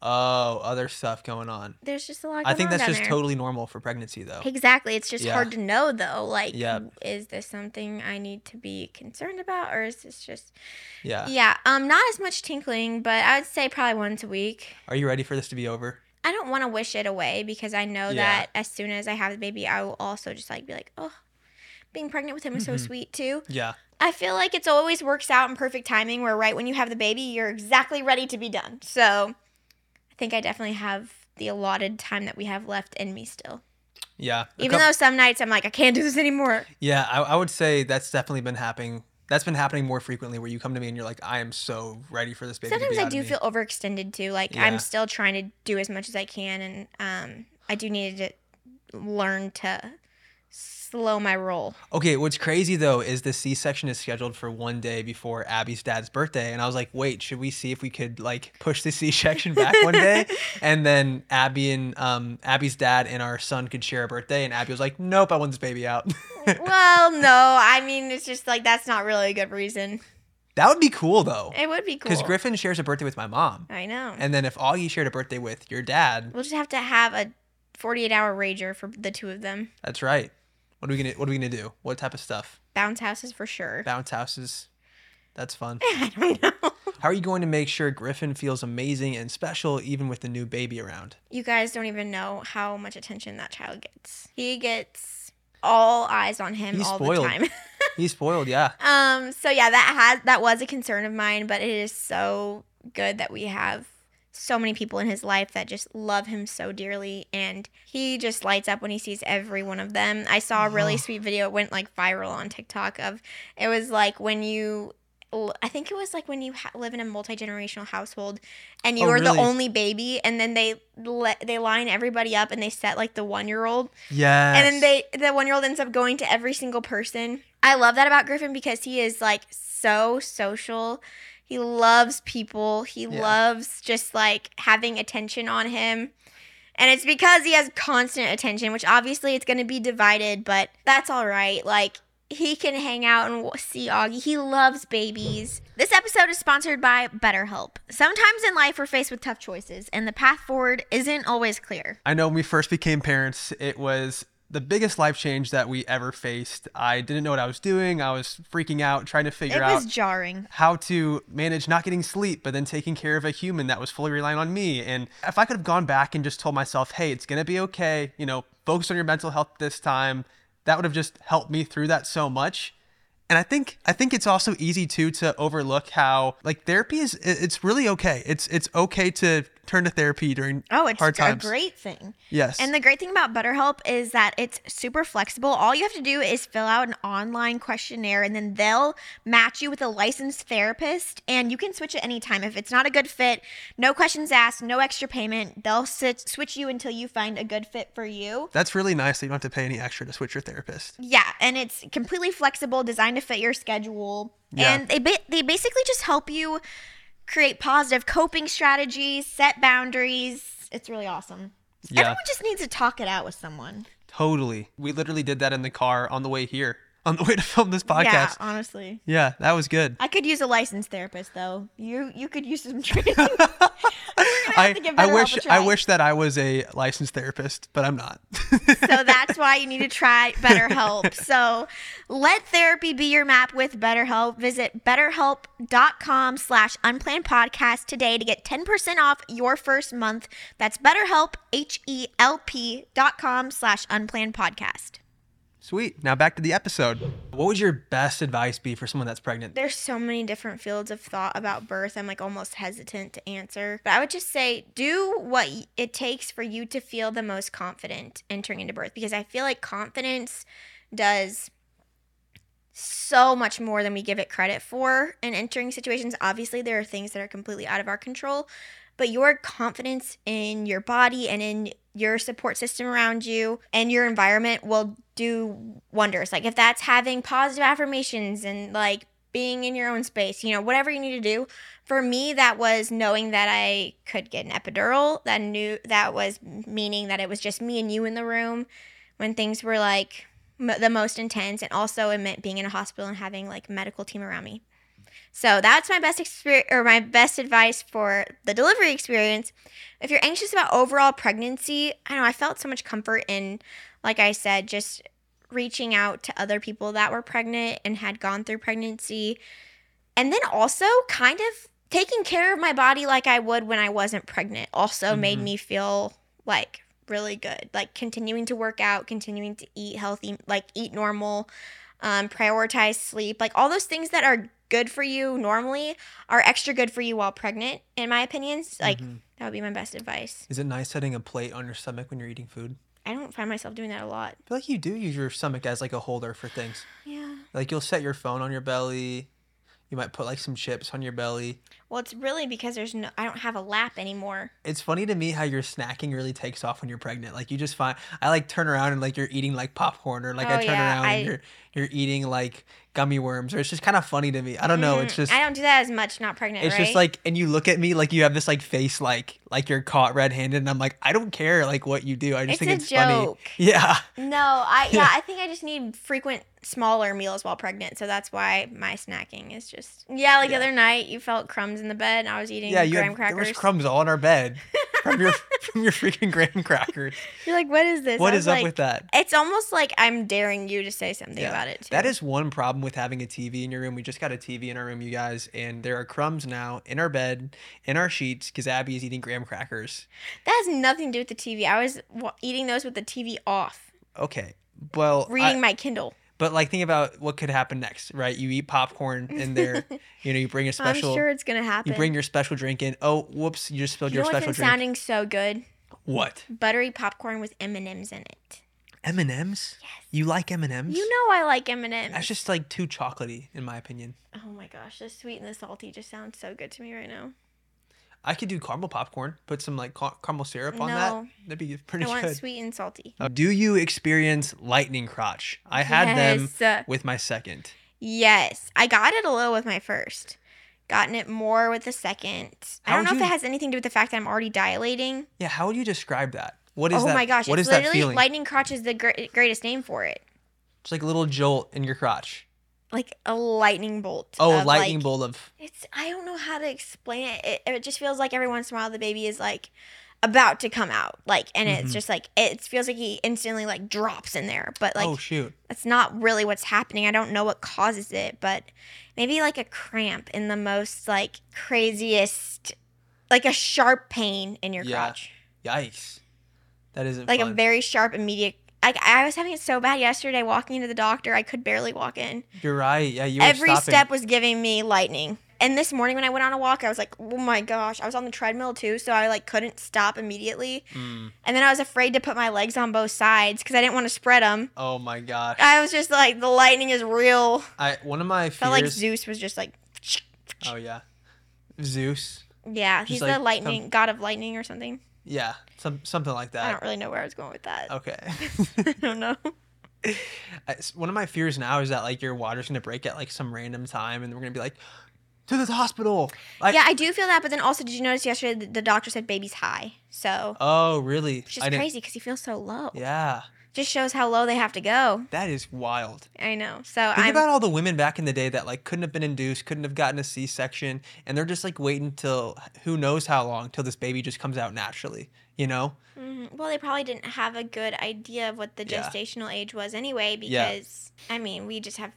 oh, other stuff going on.
there's just a lot. Going
I think
on
that's
down
just
there.
totally normal for pregnancy though.
Exactly. It's just
Yeah.
hard to know though. Like,
Yeah.
is this something I need to be concerned about, or is this just?
Yeah.
Yeah. Um. Not as much tinkling, but I would say probably once a week.
Are you ready for this to be over?
I don't want to wish it away because I know
Yeah.
that as soon as I have the baby, I will also just like be like, oh, being pregnant with him is so
Mhm.
sweet too.
Yeah.
I feel like it's always works out in perfect timing where right when you have the baby, you're exactly ready to be done. So I think I definitely have the allotted time that we have left in me still.
Yeah. A
Even
coup-
though some nights I'm like, I can't do this anymore.
yeah, I, I would say that's definitely been happening. That's been happening more frequently where you come to me and you're like, I am so ready for this baby. to
Sometimes
be
I
out of
do
me."
feel overextended too. Like
Yeah.
I'm still trying to do as much as I can and um I do need to learn to slow my
*laughs*
roll.
Okay, what's crazy though is the C section is scheduled for one day before Abby's dad's birthday. And I was like, wait, should we see if we could like push the C section back one
*laughs*
day? And then Abby and um, Abby's dad and our son could share a birthday. And Abby was like, nope, I want this baby out. *laughs*
well, no, I mean it's just like that's not really a good reason.
that would be cool though.
It would be cool.
Because Griffin shares a birthday with my mom.
I know.
And then if Augie shared a birthday with your dad,
We'll just have to have a 48 hour rager for the two of them.
that's right. What are we gonna what are we gonna do? What type of stuff?
Bounce houses for sure.
Bounce houses. That's fun.
*laughs* I don't know.
How are you going to make sure Griffin feels amazing and special even with the new baby around?
You guys don't even know how much attention that child gets. He gets all eyes on him
He's
all
spoiled.
the time.
He's spoiled, yeah.
*laughs* Um, so yeah, that has that was a concern of mine, but it is so good that we have so many people in his life that just love him so dearly and he just lights up when he sees every one of them. I saw a really
Oh.
sweet video, it went like viral on TikTok of it was like when you l- I think it was like when you ha- live in a multi-generational household and you
Oh,
are
really?
the only baby and then they le- they line everybody up and they set like the 1-year-old
Yes.
and then they the one year old ends up going to every single person. I love that about Griffin because he is like so social. He loves people. He
Yeah.
loves just like having attention on him. And it's because he has constant attention, which obviously it's going to be divided, but that's all right. Like he can hang out and w- see Augie. He loves babies. This episode is sponsored by BetterHelp. Sometimes in life we're faced with tough choices and the path forward isn't always clear.
I know when we first became parents, it was the biggest life change that we ever faced. I didn't know what I was doing. I was freaking out, trying to figure
It
out
was jarring.
how to manage not getting sleep, but then taking care of a human that was fully relying on me. And if I could have gone back and just told myself, hey, it's going to be okay, you know, focus on your mental health this time, that would have just helped me through that so much. And I think I think it's also easy too to overlook how like therapy is it- it's really okay. It's it's okay to turn to therapy during
Oh, it's
hard
a
times.
great thing.
yes.
And the great thing about BetterHelp is that it's super flexible. All you have to do is fill out an online questionnaire and then they'll match you with a licensed therapist and you can switch at any time. If it's not a good fit, no questions asked, no extra payment. They'll sit, switch you until you find a good fit for you.
That's really nice that you don't have to pay any extra to switch your therapist.
Yeah, and it's completely flexible, designed to fit your schedule.
Yeah.
And they ba- they basically just help you create positive coping strategies, set boundaries. It's really awesome.
Yeah.
Everyone just needs to talk it out with someone.
Totally. We literally did that in the car on the way here, on the way to film this
Yeah,
podcast.
honestly.
yeah that was good.
I could use a licensed therapist though. You you could use some *laughs* training. have
I,
to give
I
BetterHelp
wish
a
I
try.
wish that I was a licensed therapist, but I'm not. *laughs*
so that's why you need to try BetterHelp. So let therapy be your map with BetterHelp. Visit betterhelp.com slash unplanned podcast today to get 10% off your first month. That's betterhelp, H-E-L-P dot com slash unplanned podcast.
Sweet. Now back to the episode. What would your best advice be for someone that's pregnant?
There's so many different fields of thought about birth. I'm like almost hesitant to answer. But I would just say do what y- it takes for you to feel the most confident entering into birth because I feel like confidence does so much more than we give it credit for in entering situations. Obviously, there are things that are completely out of our control, but your confidence in your body and in your support system around you and your environment will do wonders. Like if that's having positive affirmations and like being in your own space, you know, whatever you need to do. For me, that was knowing that I could get an epidural. That knew that was meaning that it was just me and you in the room when things were like m- the most intense, and also it meant being in a hospital and having like medical team around me. So that's my best experience or my best advice for the delivery experience. If you're anxious about overall pregnancy, I know I felt so much comfort in, like I said, just reaching out to other people that were pregnant and had gone through pregnancy. And then also kind of taking care of my body like I would when I wasn't pregnant also made
Mhm.
me feel like really good. Like continuing to work out, continuing to eat healthy, like eat normal, um, prioritize sleep, like all those things that are good for you normally are extra good for you while pregnant, in my opinions. Like
Mhm.
that would be my best advice.
is it nice setting a plate on your stomach when you're eating food?
I don't find myself doing that a lot.
I feel like you do use your stomach as like a holder for things.
Yeah.
Like you'll set your phone on your belly. You might put like some chips on your belly.
Well, it's really because there's no, I don't have a lap anymore.
It's funny to me how your snacking really takes off when you're pregnant. Like you just find I like turn around and like you're eating like popcorn or like I
Oh,
turn
yeah,
around
I-
and you're you're eating like gummy worms or it's just kind of funny to me. I don't know. Oh, It's
Mm,
just
I don't do that as much not pregnant.
it's
right?
just like and you look at me like you have this like face like like you're caught red-handed and I'm like I don't care like what you do. I just
It's
think
a
it's funny.
joke.
Yeah. *laughs*
No, I yeah,
Yeah.
I think I just need frequent smaller meals while pregnant, so that's why my snacking is just yeah. Like
Yeah.
the other night, you felt crumbs in the bed, and I was eating
Yeah, you
graham
had, there was
crackers.
crumbs all in our bed. from
*laughs*
your from your freaking graham crackers.
You're like, what is this?
What
I
is
was
up
like-
with that?
It's almost like I'm daring you to say something
Yeah.
about it. Too.
That is one problem with having a TV in your room. We just got a TV in our room, you guys, and there are crumbs now in our bed, in our sheets, because Abby is eating graham crackers.
That has nothing to do with the TV. I was wa eating those with the TV off,
Okay. Well, I-
reading my Kindle.
but like think about what could happen next, right? You eat popcorn in
*laughs*
there, you know, you bring your special
I'm sure it's gonna happen.
you bring your special drink in. Oh, whoops, you just spilled
You
your
know what's
special
been
drink.
sounding so good?
what?
Buttery popcorn with M and M's in it.
M&Ms?
Yes.
You like M&Ms?
You know I like M and M's.
That's just like too chocolatey in my opinion.
Oh my gosh, the sweet and the salty just sounds so good to me right now.
I could do caramel popcorn, put some like car- caramel syrup on that.
No.
That'd be
I
pretty
want
good.
sweet and salty.
Uh, Do you experience lightning crotch? I had them
yes. them.
with my second.
Yes, I got it a little with my first. Gotten it more with the second.
How
I don't know
would
if that
you-
has anything to do with the fact that I'm already dilating.
Yeah, how would you describe that? What is
oh
that?
my gosh,
what
it's
is that
literally
feeling?
lightning crotch is the gr- greatest name for it.
it's like a little jolt in your crotch.
Like a lightning bolt.
Oh, a
of,
lightning
like-
bolt of
It's I don't know how to explain it. it. It just feels like every once in a while the baby is like about to come out, like, and
Mhm.
it's just like it feels like he instantly like drops in there, but like
oh shoot.
that's not really what's happening. I don't know what causes it, but maybe like a cramp in the most like craziest, like a sharp pain in your
Yeah.
crotch,
Yikes. That isn't
like
fun.
a very sharp immediate. Like I was having it so bad yesterday walking into the doctor, I could barely walk in.
You're right. Yeah, you were
Every
stopping.
step was giving me lightning. And this morning when I went on a walk, I was like, "Oh my gosh!" I was on the treadmill too, so I like couldn't stop immediately.
Mm.
And then I was afraid to put my legs on both sides because I didn't want to spread them.
Oh my gosh.
I was just like, "The lightning is real."
I one of my
Felt
fears.
like Zeus was just like, *sniffs*
oh yeah. Zeus.
yeah,
Just
he's
like um,
the lightning god of lightning or something.
Yeah. Some something like
I
that.
don't really know where I was going with that.
uh, *laughs*
*laughs*
Okay.
I don't know.
I- s- one of my fears now is that like your water's gonna break at like some random time and we're gonna be like to the hospital like
yeah, I do feel that, but then also, did you notice yesterday the, the doctor said baby's high, so
oh really
it's
I
just
didn't-
crazy because he feels so low.
yeah
Just shows how low they have to go.
that is wild
I know. So
think
I'm.
about all the women back in the day that like couldn't have been induced couldn't have gotten a c-section and they're just like waiting till who knows how long till this baby just comes out naturally you know
Mhm. Well, they probably didn't have a good idea of what the
Yeah.
gestational age was anyway,
Yeah.
because I mean, we just have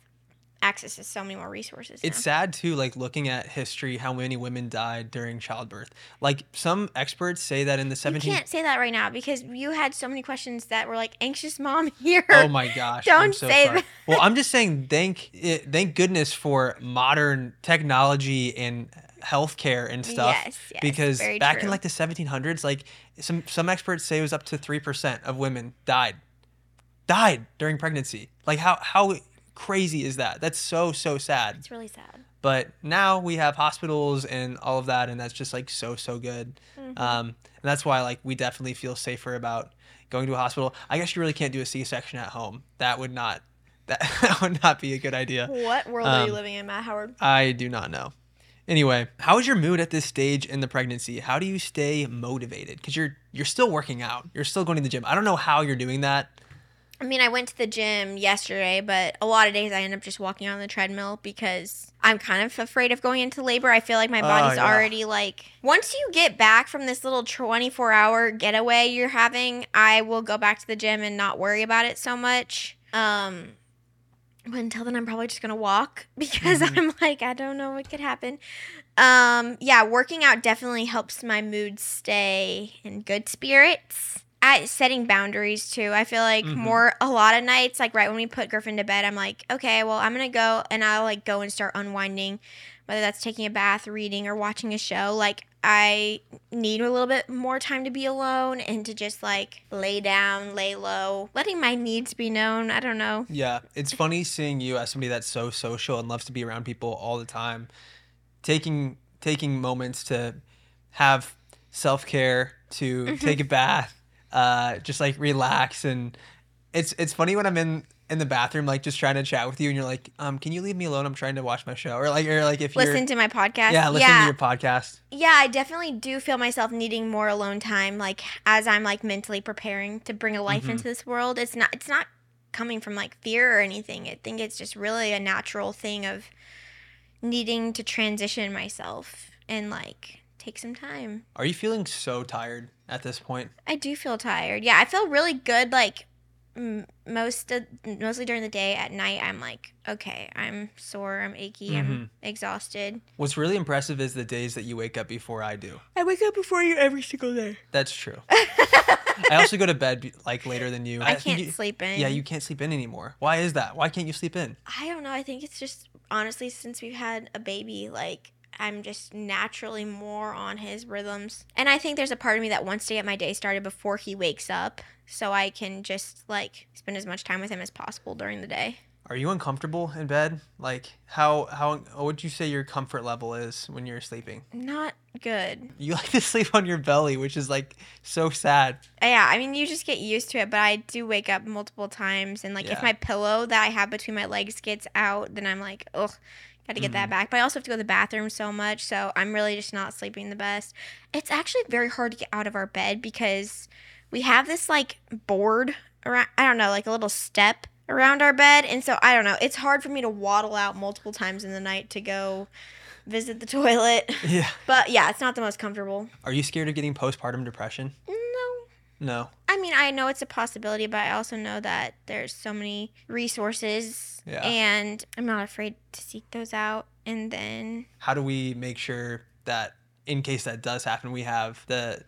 access to so many more resources.
It's sad too, like looking at history, how many women died during childbirth. Like some experts say that in the
now. you
17th.
can't say that right now because you had so many questions that were like anxious mom *laughs* here.
Oh my gosh! I'm
Don't
so
say
sorry.
that.
Well, I'm just saying, thank it, thank goodness for modern technology and healthcare and stuff.
Yes, yes,
because
very
back in
true.
like the 1700s, like some some experts say it was up to three percent of women died died during pregnancy. Like how how crazy is that? That's so so sad.
it's really sad.
But now we have hospitals and all of that, and that's just like so so good.
Mhm.
Um, and that's why like we definitely feel safer about going to a hospital. I guess you really can't do a C-section at home. That would not *laughs* that, that would not be a good idea.
What world are
um,
you living in, Matt Howard?
I do not know. Anyway, how is your mood at this stage in the pregnancy? How do you stay motivated? Because you're you're still working out. You're still going to the gym. I don't know how you're doing that.
I mean, I went to the gym yesterday, but a lot of days I end up just walking on the treadmill because I'm kind of afraid of going into labor. I feel like my
Oh,
body's
yeah.
already like. Once you get back from this little 24 hour getaway you're having, I will go back to the gym and not worry about it so much. Um, but until then, I'm probably just gonna walk *laughs* because
Mhm.
I'm like, I don't know what could happen. Um, yeah, working out definitely helps my mood stay in good spirits. At setting boundaries too. I feel like
Mhm.
more a lot of nights, like right when we put Griffin to bed, I'm like, okay, well, I'm gonna go and I'll like go and start unwinding, whether that's taking a bath, reading, or watching a show. Like I need a little bit more time to be alone and to just like lay down, lay low, letting my needs be known. I don't know.
Yeah, it's funny seeing you as somebody that's so social and loves to be around people all the time, taking taking moments to have self care, to
Mhm.
take a bath, uh, just like relax, and it's it's funny when I'm in in the bathroom, like just trying to chat with you, and you're like, um, can you leave me alone? I'm trying to watch my show, or like or like if
Listen to my podcast.
you're yeah, listen to your podcast.
yeah i definitely do feel myself needing more alone time like as i'm like mentally preparing to bring a life
Mhm.
into this world it's not it's not coming from like fear or anything i think it's just really a natural thing of needing to transition myself and like take some time.
Are you feeling so tired at this point?
I do feel tired. Yeah, I feel really good. Like m- most of, mostly during the day. At night, I'm like, okay, I'm sore. I'm achy.
Mm-hmm.
I'm exhausted.
What's really impressive is the days that you wake up before I do.
I wake up before you every single day.
That's
*laughs*
true.
I
I also go to bed be- like later than you. think
can't
you-
sleep in.
Yeah, you can't sleep in anymore. Why is that? Why can't you sleep in?
I don't know. I think it's just honestly since we've had a baby, like I'm just naturally more on his rhythms. And I think there's a part of me that wants to get my day started before he wakes up so I can just like spend as much time with him as possible during the day.
Are you uncomfortable in bed? Like how how what would you say your comfort level is when you're sleeping?
Not good.
You *laughs* like to sleep on your belly, which is like so sad.
Yeah, I mean you just get used to it, but I do wake up multiple times and like
Yeah.
if my pillow that I have between my legs gets out, then I'm like, ugh, gotta get that back. But I also have to go to the bathroom so much, so I'm really just not sleeping the best. It's actually very hard to get out of our bed because we have this like board around I don't know, like a little step around our bed and so I don't know. It's hard for me to waddle out multiple times in the night to go visit the *laughs* toilet.
Yeah.
But yeah, it's not the most comfortable.
Are you scared of getting postpartum depression?
No.
No.
I mean, I know it's a possibility, but I also know that there's so many resources,
Yeah.
and I'm not afraid to seek those out. And then,
How do we make sure that in case that does happen, we have the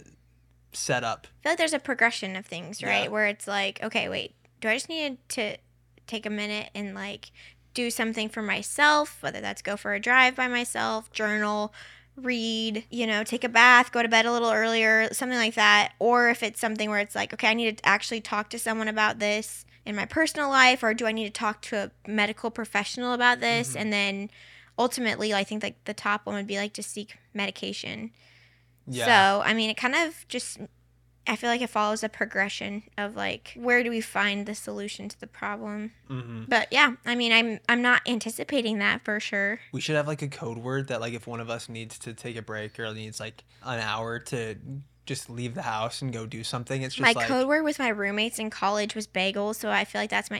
setup?
I feel like there's a progression of things, right?
Yeah.
Where it's like, okay, wait, do I just need to take a minute and like do something for myself, whether that's go for a drive by myself, journal, read, you know, take a bath, go to bed a little earlier, something like that. Or if it's something where it's like, okay, I need to actually talk to someone about this in my personal life, or do I need to talk to a medical professional about this?
Mhm.
And then ultimately, I think like the top one would be like to seek medication.
Yeah.
So, I mean, it kind of just, I feel like it follows a progression of like, where do we find the solution to the problem?
hmm
But yeah, I mean, I'm I'm not anticipating that for sure.
We should have like a code word that like if one of us needs to take a break or needs like an hour to just leave the house and go do something. It's just
my
like
code word with my roommates in college was bagels, so I feel like that's my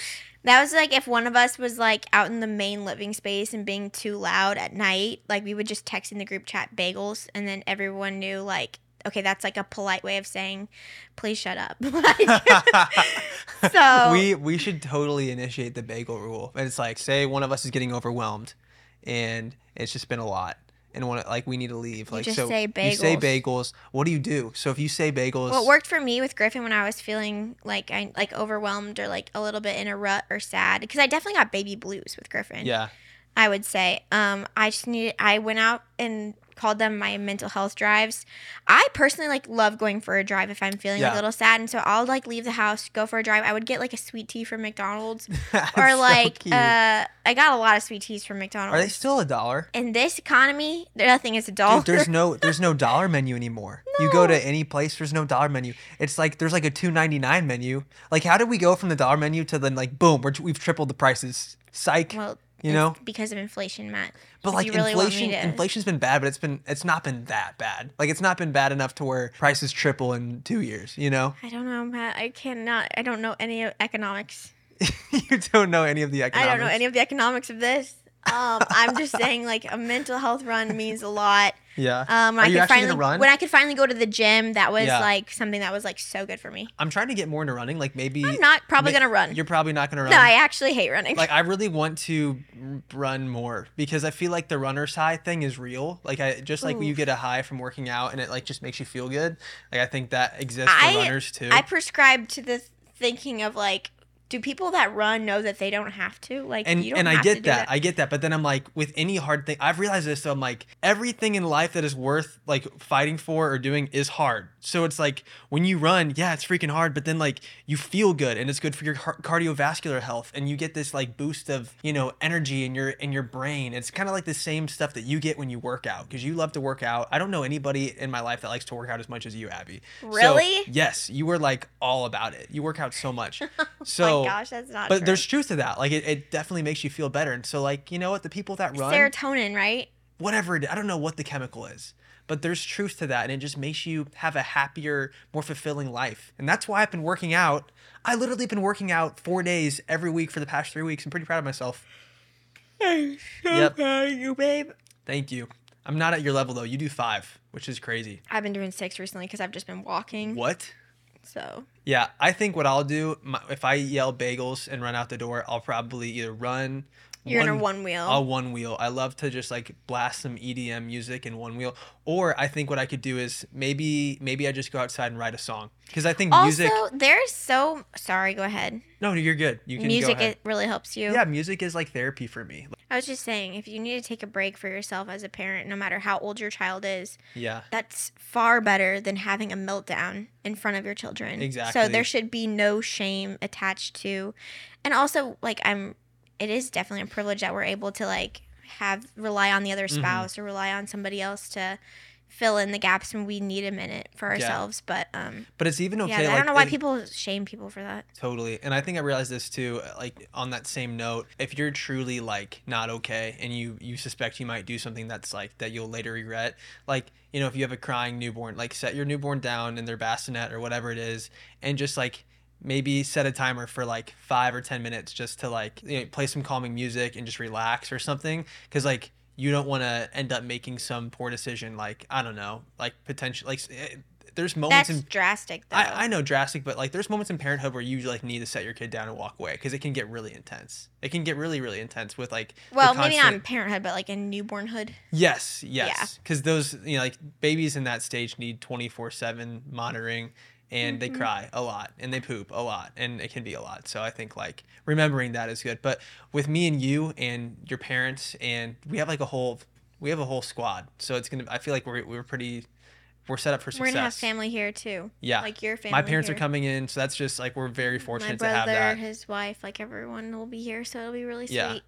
bagels.
That was like if one of us was like out in the main living space and being too loud at night, like we would just text in the group chat bagels, and then everyone knew like, okay, that's like a polite way of saying, please shut up. *laughs* like, *laughs* So-
*laughs* we we should totally initiate the bagel rule. And it's like say one of us is getting overwhelmed and it's just been a lot and one like we need to leave.
You
Like
just
so
say
you say
bagels.
bagels. What do you do? So if you say bagels
What worked for me with Griffin when I was feeling like I like overwhelmed or like a little bit in a rut or sad because I definitely got baby blues with Griffin.
Yeah. *laughs*
I would say. Um, I just needed. I went out and called them my mental health drives. I personally like love going for a drive if I'm feeling
Yeah.
a little sad, and so I'll like leave the house, go for a drive. I would get like a sweet tea
*laughs*
from McDonald's,
That's
or
so
like
cute.
uh, I got a lot of sweet teas from
Are they
McDonald's.
still a dollar?
in this economy, nothing is a dollar.
Dude, there's no there's no dollar menu anymore. You go to any place, there's no dollar menu. It's like there's like a two ninety nine menu. Like how did we go from the dollar menu to then like boom, we're, we've tripled the prices? Psych.
*laughs* well,
you
it's
know?
because of inflation, Matt.
But
If
like
you really want me
inflation,
to-
inflation's been bad, but it's been it's not been that bad. Like it's not been bad enough to where prices triple in two years. You know, *laughs*
I don't know, Matt. I cannot. I don't know any of economics.
you don't know any of the
I
economics.
don't know any of the economics of this. Um, I'm
*laughs*
just saying, like a mental health run means a lot.
Yeah.
Um, when
Are
I
you
could
actually
finally,
gonna run?
when I could finally go to the gym, that was
Yeah.
like something that was like so good for me.
I'm trying to get more into running. Like maybe
I'm not probably
ma-
gonna run.
You're probably not gonna run.
No, I actually hate running.
like I really want to r- run more because I feel like the runner's high thing is real. Like I just like when you
Oof.
get a high from working out and it like just makes you feel good. Like I think that exists for
I-
runners too.
I prescribe to the thinking of like, do people that run know that they don't have to? Like,
and
you don't
and I
have to
get
do
that. I get that. But then I'm like, with any hard thing, I've realized this. So I'm like, everything in life that is worth like fighting for or doing is hard. So it's like when you run, yeah, it's freaking hard. But then like you feel good and it's good for your car- cardiovascular health, and you get this like boost of you know energy in your in your brain. It's kind of like the same stuff that you get when you work out because you love to work out. I don't know anybody in my life that likes to work out as much as you, Abby. So,
Really?
yes, you were like all about it. You work out so much.
*laughs* oh
So
my gosh, that's not.
but
true.
there's truth to that. Like it, it definitely makes you feel better. And so like you know what, the people that run,
serotonin, right?
whatever it, I don't know what the chemical is, but there's truth to that, and it just makes you have a happier, more fulfilling life. And that's why I've been working out. I literally been working out four days every week for the past three weeks. I'm pretty proud of myself.
I'm so
Yep.
proud of *laughs* you, babe.
Thank you. I'm not at your level though. You do five, which is crazy.
I've been doing six recently because I've just been walking.
What?
So
Yeah, I think what I'll do my, if I yell bagels and run out the door, I'll probably either run.
you're in a one wheel.
I'll one wheel. I love to just like blast some EDM music in one wheel. Or I think what I could do is maybe maybe I just go outside and write a song because I think music.
Also, there's so sorry. Go ahead.
No, you're good. You can
Music
go ahead.
it really helps you.
yeah, music is like therapy for me.
I was just saying, if you need to take a break for yourself as a parent, no matter how old your child is,
Yeah,
that's far better than having a meltdown in front of your children.
Exactly.
So there should be no shame attached to, and also like I'm, it is definitely a privilege that we're able to like have rely on the other
Mhm.
spouse or rely on somebody else to fill in the gaps when we need a minute for
Yeah.
ourselves. But um,
but it's even okay.
yeah, I
like,
don't know why
it-
people shame people for that.
Totally. And I think I realized this too, uh, like on that same note, if you're truly like not okay and you you suspect you might do something that's like that you'll later regret, like, you know, if you have a crying newborn, like set your newborn down in their bassinet or whatever it is and just like maybe set a timer for like 5 or 10 minutes just to like you know, play some calming music and just relax or something cuz like you don't want to end up making some poor decision like I don't know, like potential like eh, there's moments
That's
in
drastic though.
I, I know drastic, but like there's moments in parenthood where you like need to set your kid down and walk away because it can get really intense. It can get really really intense with like the
well, maybe not in
constant-
parenthood, but like in newbornhood.
Yes, yes, because those you know like babies in that stage need 24 seven monitoring, and they
Mhm.
cry a lot and they poop a lot and it can be a lot. So I think like remembering that is good. But with me and you and your parents and we have like a whole we have a whole squad, so it's gonna. I feel like we're we're pretty. We're set up for
We're
success.
gonna have family here too.
Yeah.
Like your family.
my parents
here.
are coming in, so that's just like we're very
My
fortunate to have
brother,
that.
his wife, like everyone will be here, so it'll be really sweet.
Yeah.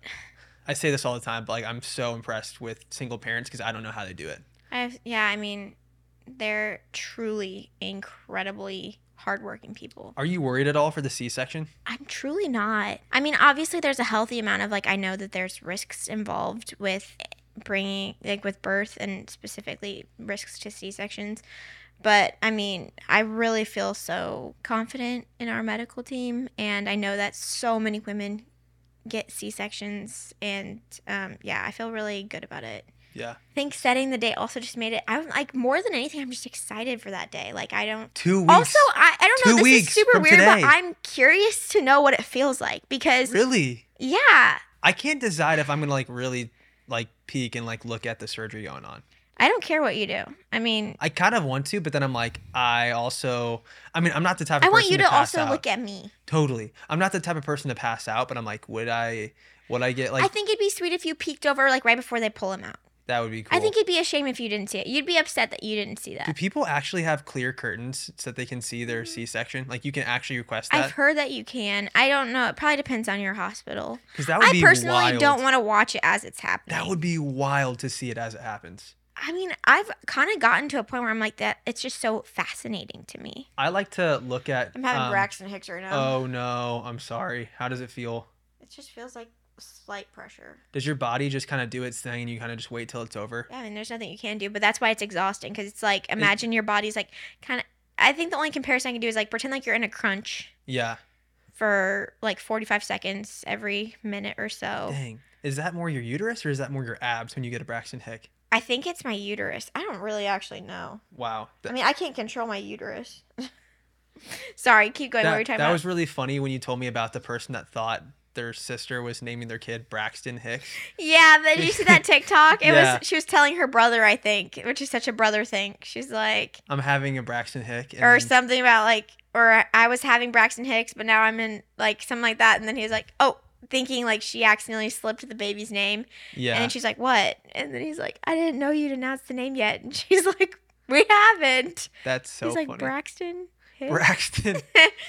I say this all the time, but like I'm so impressed with single parents because I don't know how they do it.
I have, yeah, I mean, they're truly incredibly hardworking people.
Are you worried at all for the C-section?
I'm truly not. I mean, obviously, there's a healthy amount of like I know that there's risks involved with bringing like with birth and specifically risks to C sections. But I mean, I really feel so confident in our medical team, and I know that so many women get C sections, and um, yeah, I feel really good about it.
Yeah.
I think setting the date also just made it. I'm like more than anything, I'm just excited for that day. Like I don't.
Two weeks.
Also, I, I don't know.
Two
This
weeks
is super
from
weird,
today.
but I'm curious to know what it feels like because
really,
yeah,
I can't decide if I'm gonna like really like peek and like look at the surgery going on.
I don't care what you do. I mean,
I kind of want to, but then I'm like, I also, I mean, I'm not the type. Of
I want
person
you to
pass
also
out.
look at me.
Totally, I'm not the type of person to pass out, but I'm like, would I? Would I get like
I think it'd be sweet if you peeked over like right before they pull him out.
that? Would be cool.
I think it'd be a shame if you didn't see it. You'd be upset that you didn't see
do
that.
people actually have clear curtains so that they can see their
Mhm.
C-section? Like you can actually request that.
I've heard that you can. I don't know. It probably depends on your hospital.
Because that would
I
be
personally
wild.
don't want to watch it as it's happening.
That would be wild to see it as it happens.
I mean, I've kind of gotten to a point where I'm like that. It's just so fascinating to me.
I like to look at.
I'm having
um,
Braxton Hicks right now.
Oh no! I'm sorry. How does it feel?
it just feels like slight pressure.
Does your body just kind of do its thing, and you kind of just wait till it's over?
Yeah, I mean, there's nothing you can do, but that's why it's exhausting because it's like imagine your body's like kind of. I think the only comparison I can do is like pretend like you're in a crunch
Yeah.
for like 45 seconds every minute or so.
Dang. Is that more your uterus or is that more your abs when you get a Braxton Hick?
I think it's my uterus. I don't really actually know.
Wow.
I
Th-
mean, I can't control my uterus. *laughs* Sorry, keep going. what were
that
you talking
that
about?
was really funny when you told me about the person that thought their sister was naming their kid Braxton Hicks.
*laughs* Yeah, but did you
*laughs*
see that TikTok? It
Yeah.
was she was telling her brother, I think, which is such a brother thing. She's like,
I'm having a Braxton Hick. And
or
then-
something about like, or I was having Braxton Hicks, but now I'm in like something like that. And then he was like, oh, thinking like she accidentally slipped the baby's name.
yeah.
And then she's like, what? And then he's like, I didn't know you'd announced the name yet. And *laughs* she's like, we haven't.
that's so
he's like
funny.
Braxton. Hicks?
*laughs*
*laughs*
Braxton.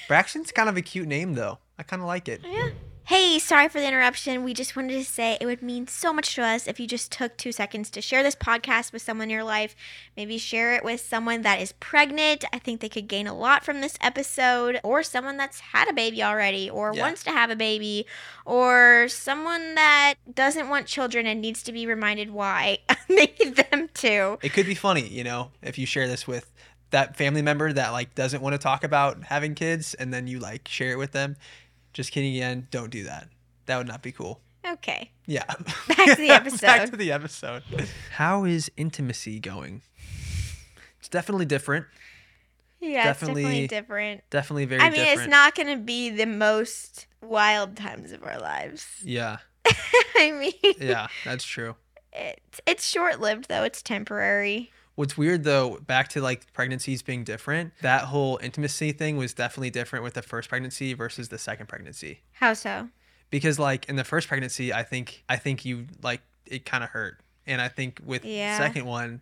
Braxton's kind of a cute name though. I kind of like it.
Yeah. Hey, sorry for the interruption. We just wanted to say it would mean so much to us if you just took two seconds to share this podcast with someone in your life. Maybe share it with someone that is pregnant. I think they could gain a lot from this episode, or someone that's had a baby already, or
Yeah.
wants to have a baby, or someone that doesn't want children and needs to be reminded why. *laughs* Maybe them too.
it could be funny, you know, if you share this with that family member that like doesn't want to talk about having kids and then you like share it with them. Just kidding again, don't do that. That would not be cool.
Okay.
Yeah.
Back to the
*laughs* Back
episode.
to the episode. How is intimacy going? It's definitely different.
Yeah, it's
Definitely
definitely different.
Definitely very
I mean,
different.
it's not going to be the most wild times of our lives. *laughs*
Yeah.
I mean,
Yeah, that's true.
it's, it's short lived, though. It's temporary.
What's weird though, back to like pregnancies being different, that whole intimacy thing was definitely different with the first pregnancy versus the second pregnancy.
How so?
Because like in the first pregnancy, I think I think you like it kind of hurt, and I think with
Yeah.
second one,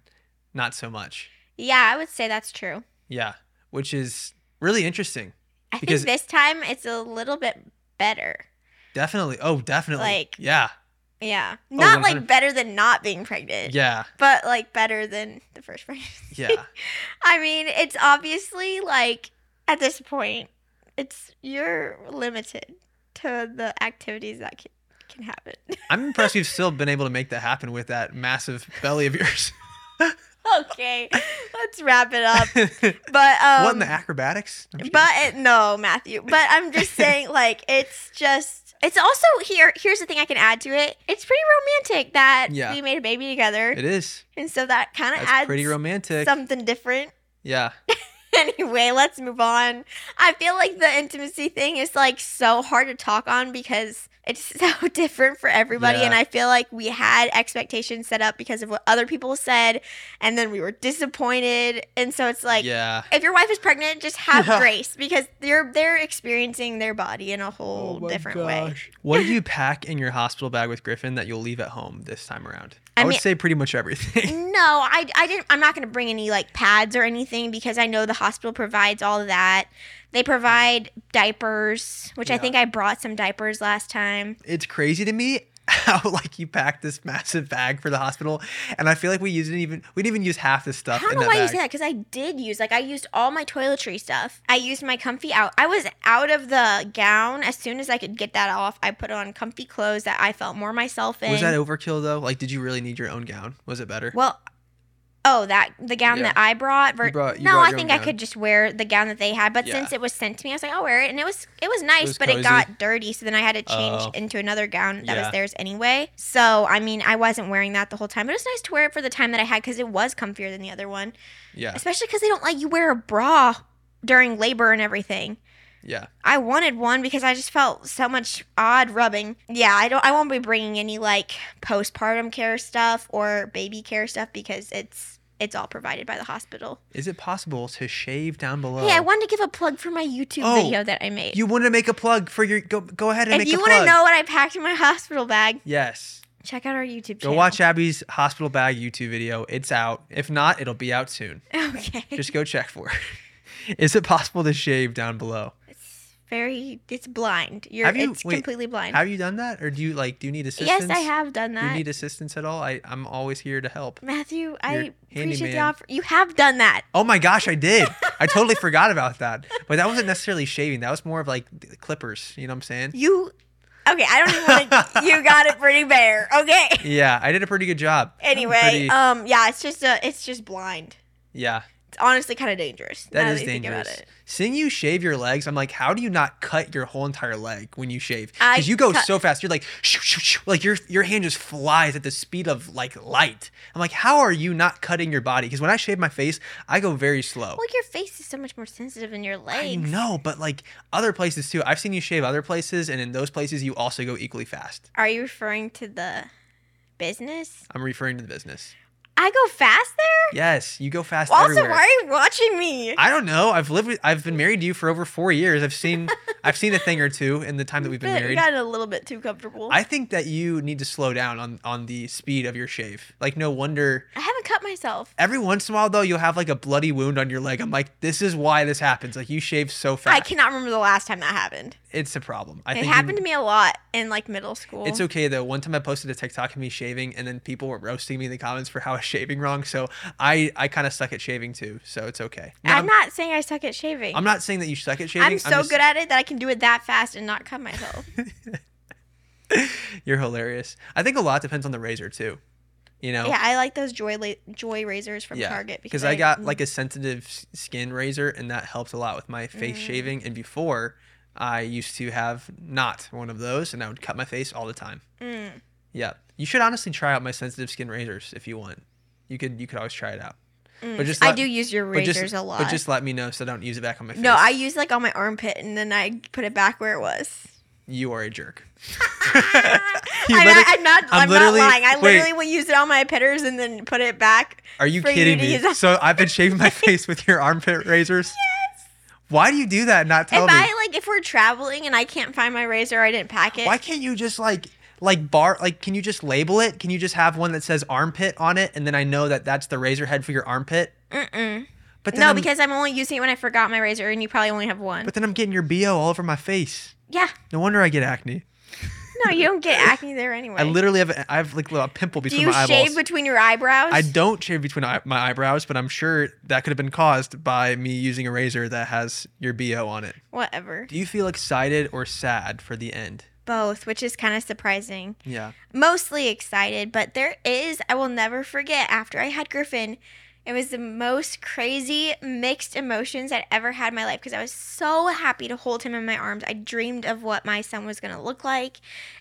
not so much.
Yeah, I would say that's true.
Yeah, which is really interesting.
I
Because-
think this time it's a little bit better.
Definitely. Oh, definitely.
Like-
yeah,
Yeah. Not like
100
better than not being pregnant,
Oh, yeah,
but like better than the first pregnancy.
yeah,
*laughs* I mean, it's obviously like at this point, it's you're limited to the activities that can, can happen. *laughs*
I'm impressed you've still been able to make that happen with that massive belly of yours. *laughs*
okay, let's wrap it up. But um,
what in the acrobatics? I'm kidding.
but it, no, Matthew. But I'm
*laughs*
just saying, like, it's just. It's also here. Here's the thing I can add to it. It's pretty romantic that
Yeah.
we made a baby together,
it is.
and so that kind of
That's
adds
pretty romantic.
something different. *laughs*
yeah.
anyway, let's move on. I feel like the intimacy thing is like so hard to talk on because it's *laughs* so different for everybody.
Yeah.
And I feel like we had expectations set up because of what other people said, and then we were disappointed. And so it's like,
yeah.
if your wife is pregnant, just have
Yeah.
grace because they're they're experiencing their body in a whole
Oh
different way.
What do you pack in your hospital bag with Griffin that you'll leave at home this time around? I,
I
would
mean-
say pretty much everything. *laughs*
*laughs* No, I, I didn't. I'm not going to bring any like pads or anything because I know the hospital provides all of that. They provide diapers, which I
Yeah.
think I brought some diapers last time.
it's crazy to me *laughs* how like you pack this massive bag for the hospital, and I feel like we used it even we didn't even use half the
I
stuff
don't
in
know
that
why
bag.
you say that because I did use like I used all my toiletry stuff. I used my comfy out. I was out of the gown as soon as I could get that off. I put on comfy clothes that I felt more myself in.
Was that overkill though? Like, did you really need your own gown? Was it better?
well, oh that the gown
Yeah.
that I brought. ver-
You brought- you
no,
brought
I
your
think
own
I
gown.
could just wear the gown that they had. But
Yeah.
since it was sent to me, I was like, I'll wear it, and it was it was nice,
was
but
cozy.
it got dirty. So then I had to change
Oh.
into another gown that
Yeah.
was theirs anyway. So I mean, I wasn't wearing that the whole time, but it was nice to wear it for the time that I had because it was comfier than the other one
yeah,
especially because they don't let you wear a bra during labor and everything.
yeah.
I wanted one because I just felt so much odd rubbing. Yeah, I don't. I won't be bringing any like postpartum care stuff or baby care stuff because it's it's all provided by the hospital.
Is it possible to shave down below?
Hey, I wanted to give a plug for my YouTube
Oh,
video that I made.
you want to make a plug for your go? Go ahead and make
if you
a
want
plug.
to know what I packed in my *laughs* hospital bag,
yes.
check out our YouTube
Go
channel.
watch Abby's hospital bag YouTube video. It's out. If not, it'll be out soon.
*laughs* Okay.
Just go check for it. *laughs* Is it possible to shave down below?
it's very. It's blind. You're.
Have you-
it's
wait,
completely blind.
Have you done that, or do you like? Do you need assistance?
yes, I have done
Do you
that.
need assistance at all? I, I'm always here to help.
Matthew, I appreciate the
handyman.
offer. You have done that.
Oh my gosh, I did. I
*laughs*
totally forgot about that. But that wasn't necessarily shaving. That was more of like th- clippers. You know what I'm saying?
You okay? I don't even want
*laughs*
to. you got it pretty bare. Okay.
Yeah, I did a pretty good job. I'm
Anyway,
pretty-
um, yeah, it's just a, it's just blind.
yeah,
It's honestly kind of dangerous.
that
now
is
you think about
dangerous. Seeing you shave your legs, I'm like, how do you not cut your whole entire leg when you shave?
I
Because you go
cut-
so fast. You're like, shoo, shoo, shoo. like your your hand just flies at the speed of like light. I'm like, how are you not cutting your body? Because when I shave my face, I go very slow.
Well, your face is so much more sensitive than your
I
legs.
know, but like other places too. I've seen you shave other places, and in those places, you also go equally fast.
Are you referring to the business?
I'm referring to the business.
I go fast there.
Yes, you go fast
also,
everywhere.
why are you watching me?
I don't know. I've lived with, I've been married to you for over four years. I've seen, I've seen a thing or two in the time that we've
*laughs*
been
But
married.
we got a little bit too comfortable. I,
I think that you need to slow down on on the speed of your shave. Like, no wonder.
haven't cut myself.
Every once in a while, though, you'll have like a bloody wound on your leg. I'm like, this is why this happens. Like, you shave so fast.
I cannot remember the last time that happened.
It's a problem. I
It
think you-
happened to me a lot in like middle school.
It's okay though. One time I posted a TikTok of me shaving, and then people were roasting me in the comments for how I was shaving wrong. So I I kind of suck at shaving too. So it's okay. No,
I'm not saying I suck at shaving.
I'm not saying that you suck at shaving.
I'm so good at it that I can do it that fast and not
*laughs*
cut myself.
You're hilarious. I think a lot depends on the razor too. You know.
yeah, I like those joy la- joy razors from
Yeah,
Target mm,
because I got like a sensitive s- skin razor, and that helped a lot with my face
Mm.
shaving. And before, I used to have not one of those, and I would cut my face all the time.
Mm.
Yeah, you should honestly try out my sensitive skin razors if you want. You could you could always try it out. But just
Mm. I
let-
do use your
but
razors
just-
a lot.
But just let me know so I don't use it back on my face.
no, I use like on my armpit and then I put it back where it was.
You are a
*laughs*
jerk. *laughs* You
I'm,
literally-
not, I'm not.
I'm
I'm, not
literally-
lying. I
wait.
literally will use it on my pitters and then put it back.
Are you
for you
kidding
to
me?
use a-
So I've been shaving my *laughs* face with your armpit razors.
Yes.
Why do you do that? And not tell
if
me.
I like, if we're traveling and I can't find my razor, or I didn't pack it.
Why can't you just like like bar like can you just label it? Can you just have one that says armpit on it and then I know that that's the razor head for your armpit?
Mm-mm.
But then
No,
I'm,
because I'm only using it when I forgot my razor, and you probably only have one.
but then I'm getting your bo all over my face.
yeah.
No wonder I get acne.
No, you don't get acne there anyway.
I literally have a- I have like a pimple
Do
between
you
my eyeballs.
shave between your eyebrows?
I don't shave between eye- my eyebrows, but I'm sure that could have been caused by me using a razor that has your bo on it.
Whatever.
Do you feel excited or sad for the end?
Both, which is kind of surprising.
Yeah.
mostly excited, but there is, I will never forget, after I had Griffin, it was the most crazy mixed emotions I'd ever had in my life because I was so happy to hold him in my arms. I dreamed of what my son was going to look like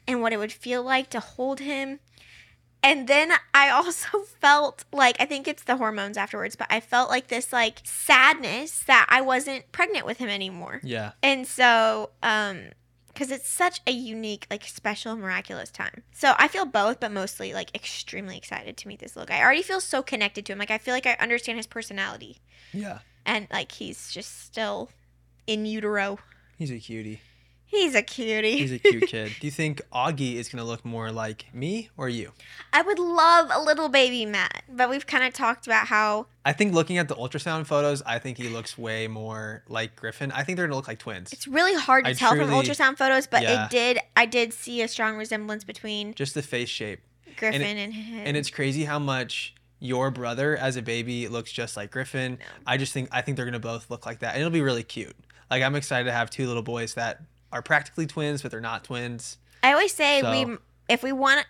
and what it would feel like to hold him. And then I *laughs* also felt like I think it's the hormones afterwards, but I felt like this like sadness that I wasn't pregnant with him anymore.
Yeah.
And so, um, because it's such a unique, like, special, miraculous time. So I feel both, but mostly, like, extremely excited to meet this little guy. I already feel so connected to him. Like, I feel like I understand his personality.
Yeah.
And, like, he's just still in utero.
He's a cutie.
He's a cutie.
He's a cute kid. Do you think Augie is gonna look more like me or you?
I would love a little baby Matt, but we've kind of talked about how
I think looking at the ultrasound photos, I think he looks way more like Griffin. I think they're gonna look like twins.
it's really hard to
I
tell from
truly-
ultrasound photos, but
Yeah.
it did, I did see a strong resemblance between
Just the face shape.
Griffin and, him.
And it's crazy how much your brother as a baby looks just like Griffin. I just think I think they're gonna both look like that. And it'll be really cute. Like I'm excited to have two little boys that are practically twins, but they're not twins.
I always say we
So-
if we want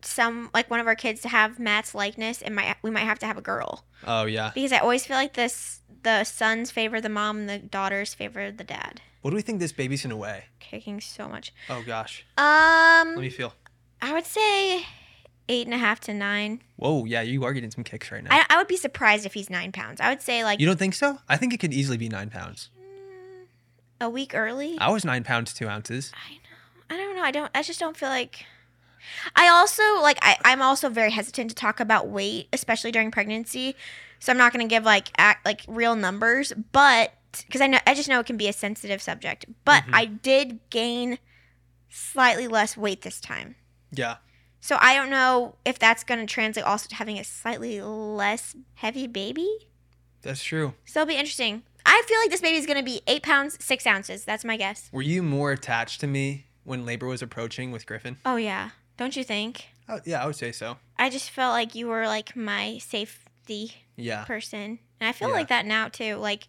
some like one of our kids to have Matt's likeness, it might we might have to have a girl
Oh yeah.
because I always feel like this the sons favor the mom, and the daughters favor the dad.
What do we think this baby's gonna weigh?
Kicking so much.
Oh gosh.
Um,
Let me feel.
I would say eight and a half to nine.
Whoa, yeah, you are getting some kicks right now.
I, I would be surprised if he's nine pounds. I would say like
You don't think so? I think it could easily be nine pounds.
mm, a week early.
I was nine pounds, two ounces.
I know. I don't know. I don't. I just don't feel like. I also like. I, I'm also very hesitant to talk about weight, especially during pregnancy. So I'm not going to give like act, like real numbers, but because I know I just know it can be a sensitive subject. But
Mhm.
I did gain slightly less weight this time.
Yeah.
So I don't know if that's going to translate also to having a slightly less heavy baby.
That's true.
So it'll be interesting. I feel like this baby's going to be eight pounds six ounces. That's my guess.
Were you more attached to me when labor was approaching with Griffin?
Oh yeah, don't you think?
Oh, yeah, I would say so.
I just felt like you were like my safety
Yeah.
person. And I feel
Yeah.
like that now too. Like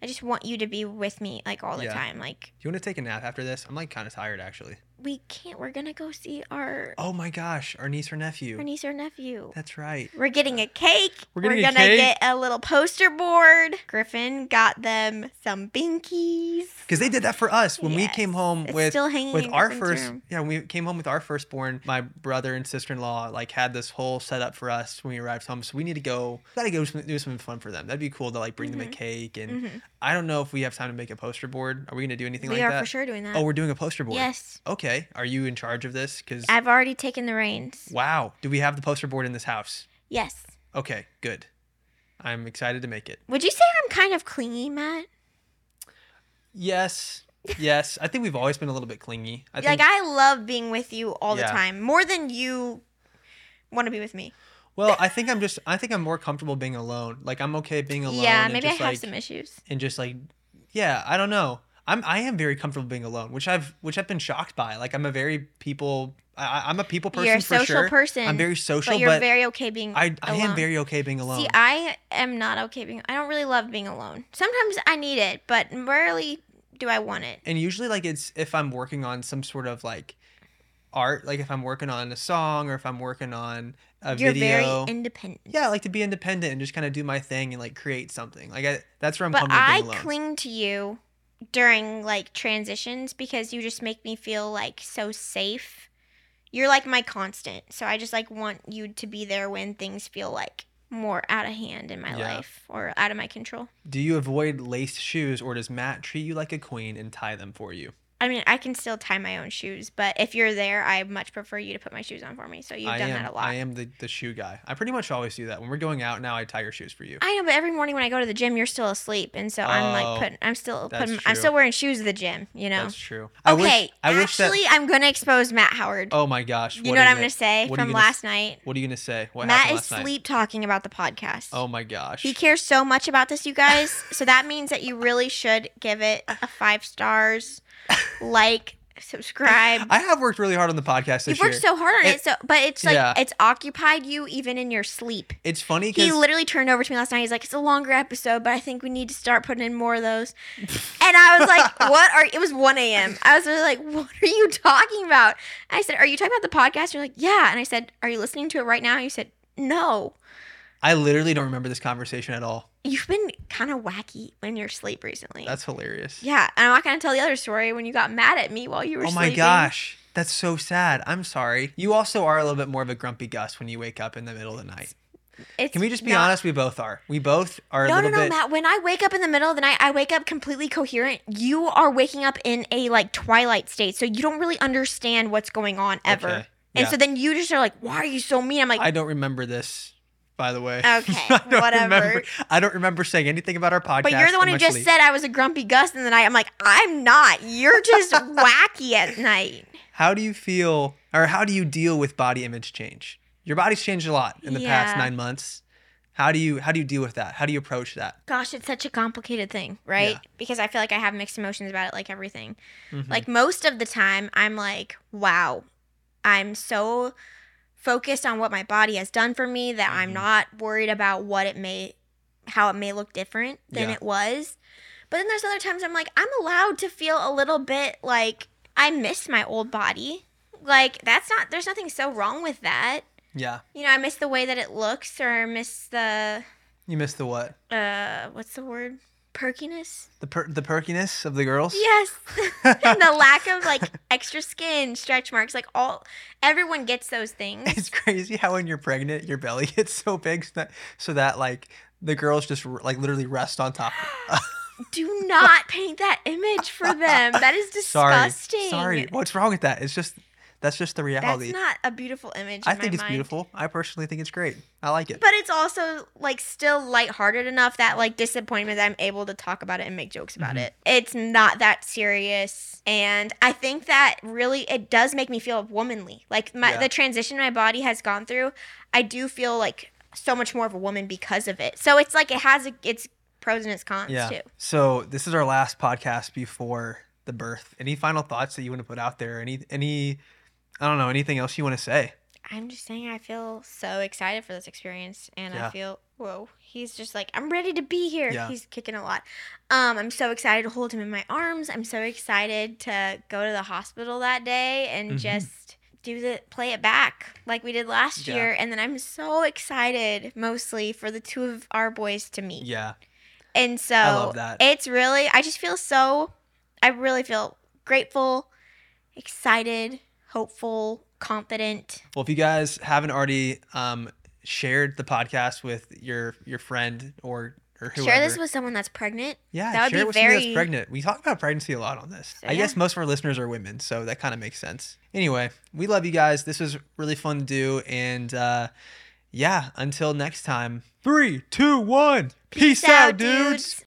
I just want you to be with me like all the
Yeah.
time. Like
Do you want to take a nap after this? I'm like kind of tired actually.
we can't we're going to go see our
Oh my gosh, our niece or
our
nephew.
niece or nephew.
That's right.
We're getting a cake.
Oh. We're getting a
gonna
cake?
get a little poster board. Griffin got them some binkies.
Because they did that for us when we
Yes.
came home
It's
with
still hanging
with
in
our
Griffin's
first
room.
yeah when we came home with our firstborn. My brother and sister in law like had this whole setup for us when we arrived home. So we need to go. Gotta go do something fun for them. That'd be cool to like bring them a
Mhm.
cake and
Mhm.
I don't know if we have time to make a poster board. Are we gonna do anything
We
like
are
that?
for sure doing that.
Oh, we're doing a poster board.
Uh, yes.
Okay. Are you in charge of this? Because
I've already taken the reins.
wow, do we have the poster board in this house?
Yes.
Okay, good. I'm excited to make it.
Would you say I'm kind of clingy, Matt?
Yes, yes. I think we've always been a little bit clingy. I
like
think.
I love being with you all
Yeah.
the time, more than you want to be with me.
well, I think I'm just. I think I'm more comfortable being alone. Like I'm okay being alone.
yeah,
and
maybe I
just,
have
like,
some issues.
And just like, yeah, I don't know. I'm. I am very comfortable being alone, which I've which I've been shocked by. Like I'm a very people. I, I'm a people person
You're a
for
social
sure.
person,
I'm very social,
but
but,
you're very okay being.
I I am
alone.
very okay being alone.
See, I am not okay being. I don't really love being alone. Sometimes I need it, but rarely do I want it.
and usually like it's if i'm working on some sort of like art like if i'm working on a song or if i'm working on a
you're
video
very independent.
yeah i like to be independent and just kind of do my thing and like create something like I, that's where i'm
but
comfortable
I
being alone
cling to you during like transitions because you just make me feel like so safe. You're like my constant. So I just like want you to be there when things feel like more out of hand in my
Yeah.
life or out of my control.
Do you avoid laced shoes or does Matt treat you like a queen and tie them for you?
I mean, I can still tie my own shoes, but if you're there, I much prefer you to put my shoes on for me. So you've
I
done
am,
that a lot.
I am the, the shoe guy. I pretty much always do that. When we're going out now, I tie your shoes for you.
I know, but every morning when I go to the gym, you're still asleep, and so I'm
Oh,
like putting, I'm still
that's
putting, I'm
true.
still wearing shoes to the gym. You know.
That's true. I wish,
Okay,
I wish that.
actually, I'm gonna expose Matt Howard.
Oh my gosh.
you know what
is
I'm
it?
gonna say
What are you
from
gonna
last night.
What are you going to say? What
Matt
happened
is
last night?
sleep talking about the podcast.
Oh my gosh.
He cares so much about this,
*laughs*
you guys. so that means that you really should give it a
*laughs*
five stars, like, subscribe.
I have worked really hard on the podcast this
You've worked
year.
so hard on it,
It-
so but it's like
yeah.
it's occupied you even in your sleep.
it's funny
He
because
literally turned over to me last night. He's like, "It's a longer episode, but I think we need to start putting in more
*laughs*
of those." and I was like, "What are?" It was one a.m. I was really like, "What are you talking about?" I said, "Are you talking about the podcast?" You're like, "Yeah." And I said, "Are you listening to it right now?" And you said, "No."
I literally don't remember this conversation at all.
You've been kind of wacky in your sleep recently.
That's hilarious.
yeah, and I'm not gonna tell the other story when you got mad at me while you were.
Oh my
sleeping.
gosh. That's so sad. I'm sorry. You also are a little bit more of a grumpy Gus when you wake up in the middle of the night.
It's
Can we just be
not-
honest? We both are. We both are a
No, no,
little
no,
bit.
Matt. When I wake up in the middle of the night, I wake up completely coherent. You are waking up in a like twilight state, so you don't really understand what's going on ever.
Okay.
And
Yeah.
so then you just are like, "Why are you so mean?" I'm like,
I don't remember this, by the way. *laughs*
Okay,
I don't
whatever.
Remember, I don't remember saying anything about our podcast.
"But you're the one
in
who
my
just
sleep.
said I was a grumpy Gus in the night." I'm like, "I'm not. You're
*laughs*
just wacky at night."
How do you feel, or how do you deal with body image change? Your body's changed a lot in the past
Yeah.
nine months. How do you how do you deal with that? How do you approach that?
Gosh, it's such a complicated thing, right?
Yeah.
Because I feel like I have mixed emotions about it, like everything.
Mhm.
Like most of the time, I'm like, wow, I'm so focused on what my body has done for me that I'm
Mhm.
not worried about what it may, how it may look different than
Yeah.
it was. But then there's other times I'm like, I'm allowed to feel a little bit like I miss my old body. Like that's not, there's nothing so wrong with that.
yeah,
You know, I miss the way that it looks or I miss the,
you missed the what
uh, what's the word? Perkiness?
the per- the perkiness of the girls.
Yes. *laughs* and the lack of like extra skin, stretch marks, like all everyone gets those things.
*laughs* It's crazy how when you're pregnant, your belly *laughs* gets so big so that, so that like the girls just r- like literally rest on
*gasps*
top. of
Do not paint that image for them. That is
it. *laughs* Sorry,
disgusting.
sorry. What's wrong with that? It's just that's just the
That's
reality.
not a beautiful image.
I
in my
think it's
mind.
beautiful. I personally think it's great. I like it.
But it's also like still lighthearted enough that like disappointment that I'm able to talk about it and make jokes about
Mhm.
it. It's not that serious. And I think that really it does make me feel womanly. Like my
Yeah.
the transition my body has gone through, I do feel like so much more of a woman because of it. So it's like it has a, its pros and its cons
yeah.
too.
So this is our last podcast before the birth. Any final thoughts that you want to put out there? Any any I don't know anything else you want to say?
I'm just saying I feel so excited for this experience and
Yeah.
I feel whoa. He's just like, I'm ready to be here.
Yeah.
He's kicking a lot. Um, I'm so excited to hold him in my arms. I'm so excited to go to the hospital that day and
Mhm.
just do the play it back like we did last
Yeah.
year. And then I'm so excited mostly for the two of our boys to meet.
Yeah.
And so
love that.
it's really I just feel so I really feel grateful, excited, hopeful, confident.
Well, if you guys haven't already um, shared the podcast with your your friend or or whoever,
Share this with someone that's pregnant.
yeah,
that would
share
be
it with somebody
very-
that's pregnant. We talk about pregnancy a lot on this.
So,
I
yeah.
guess most of our listeners are women, so that kind of makes sense. Anyway, we love you guys. This was really fun to do, and uh, yeah, until next time. Three, two, one. Peace, out, dudes.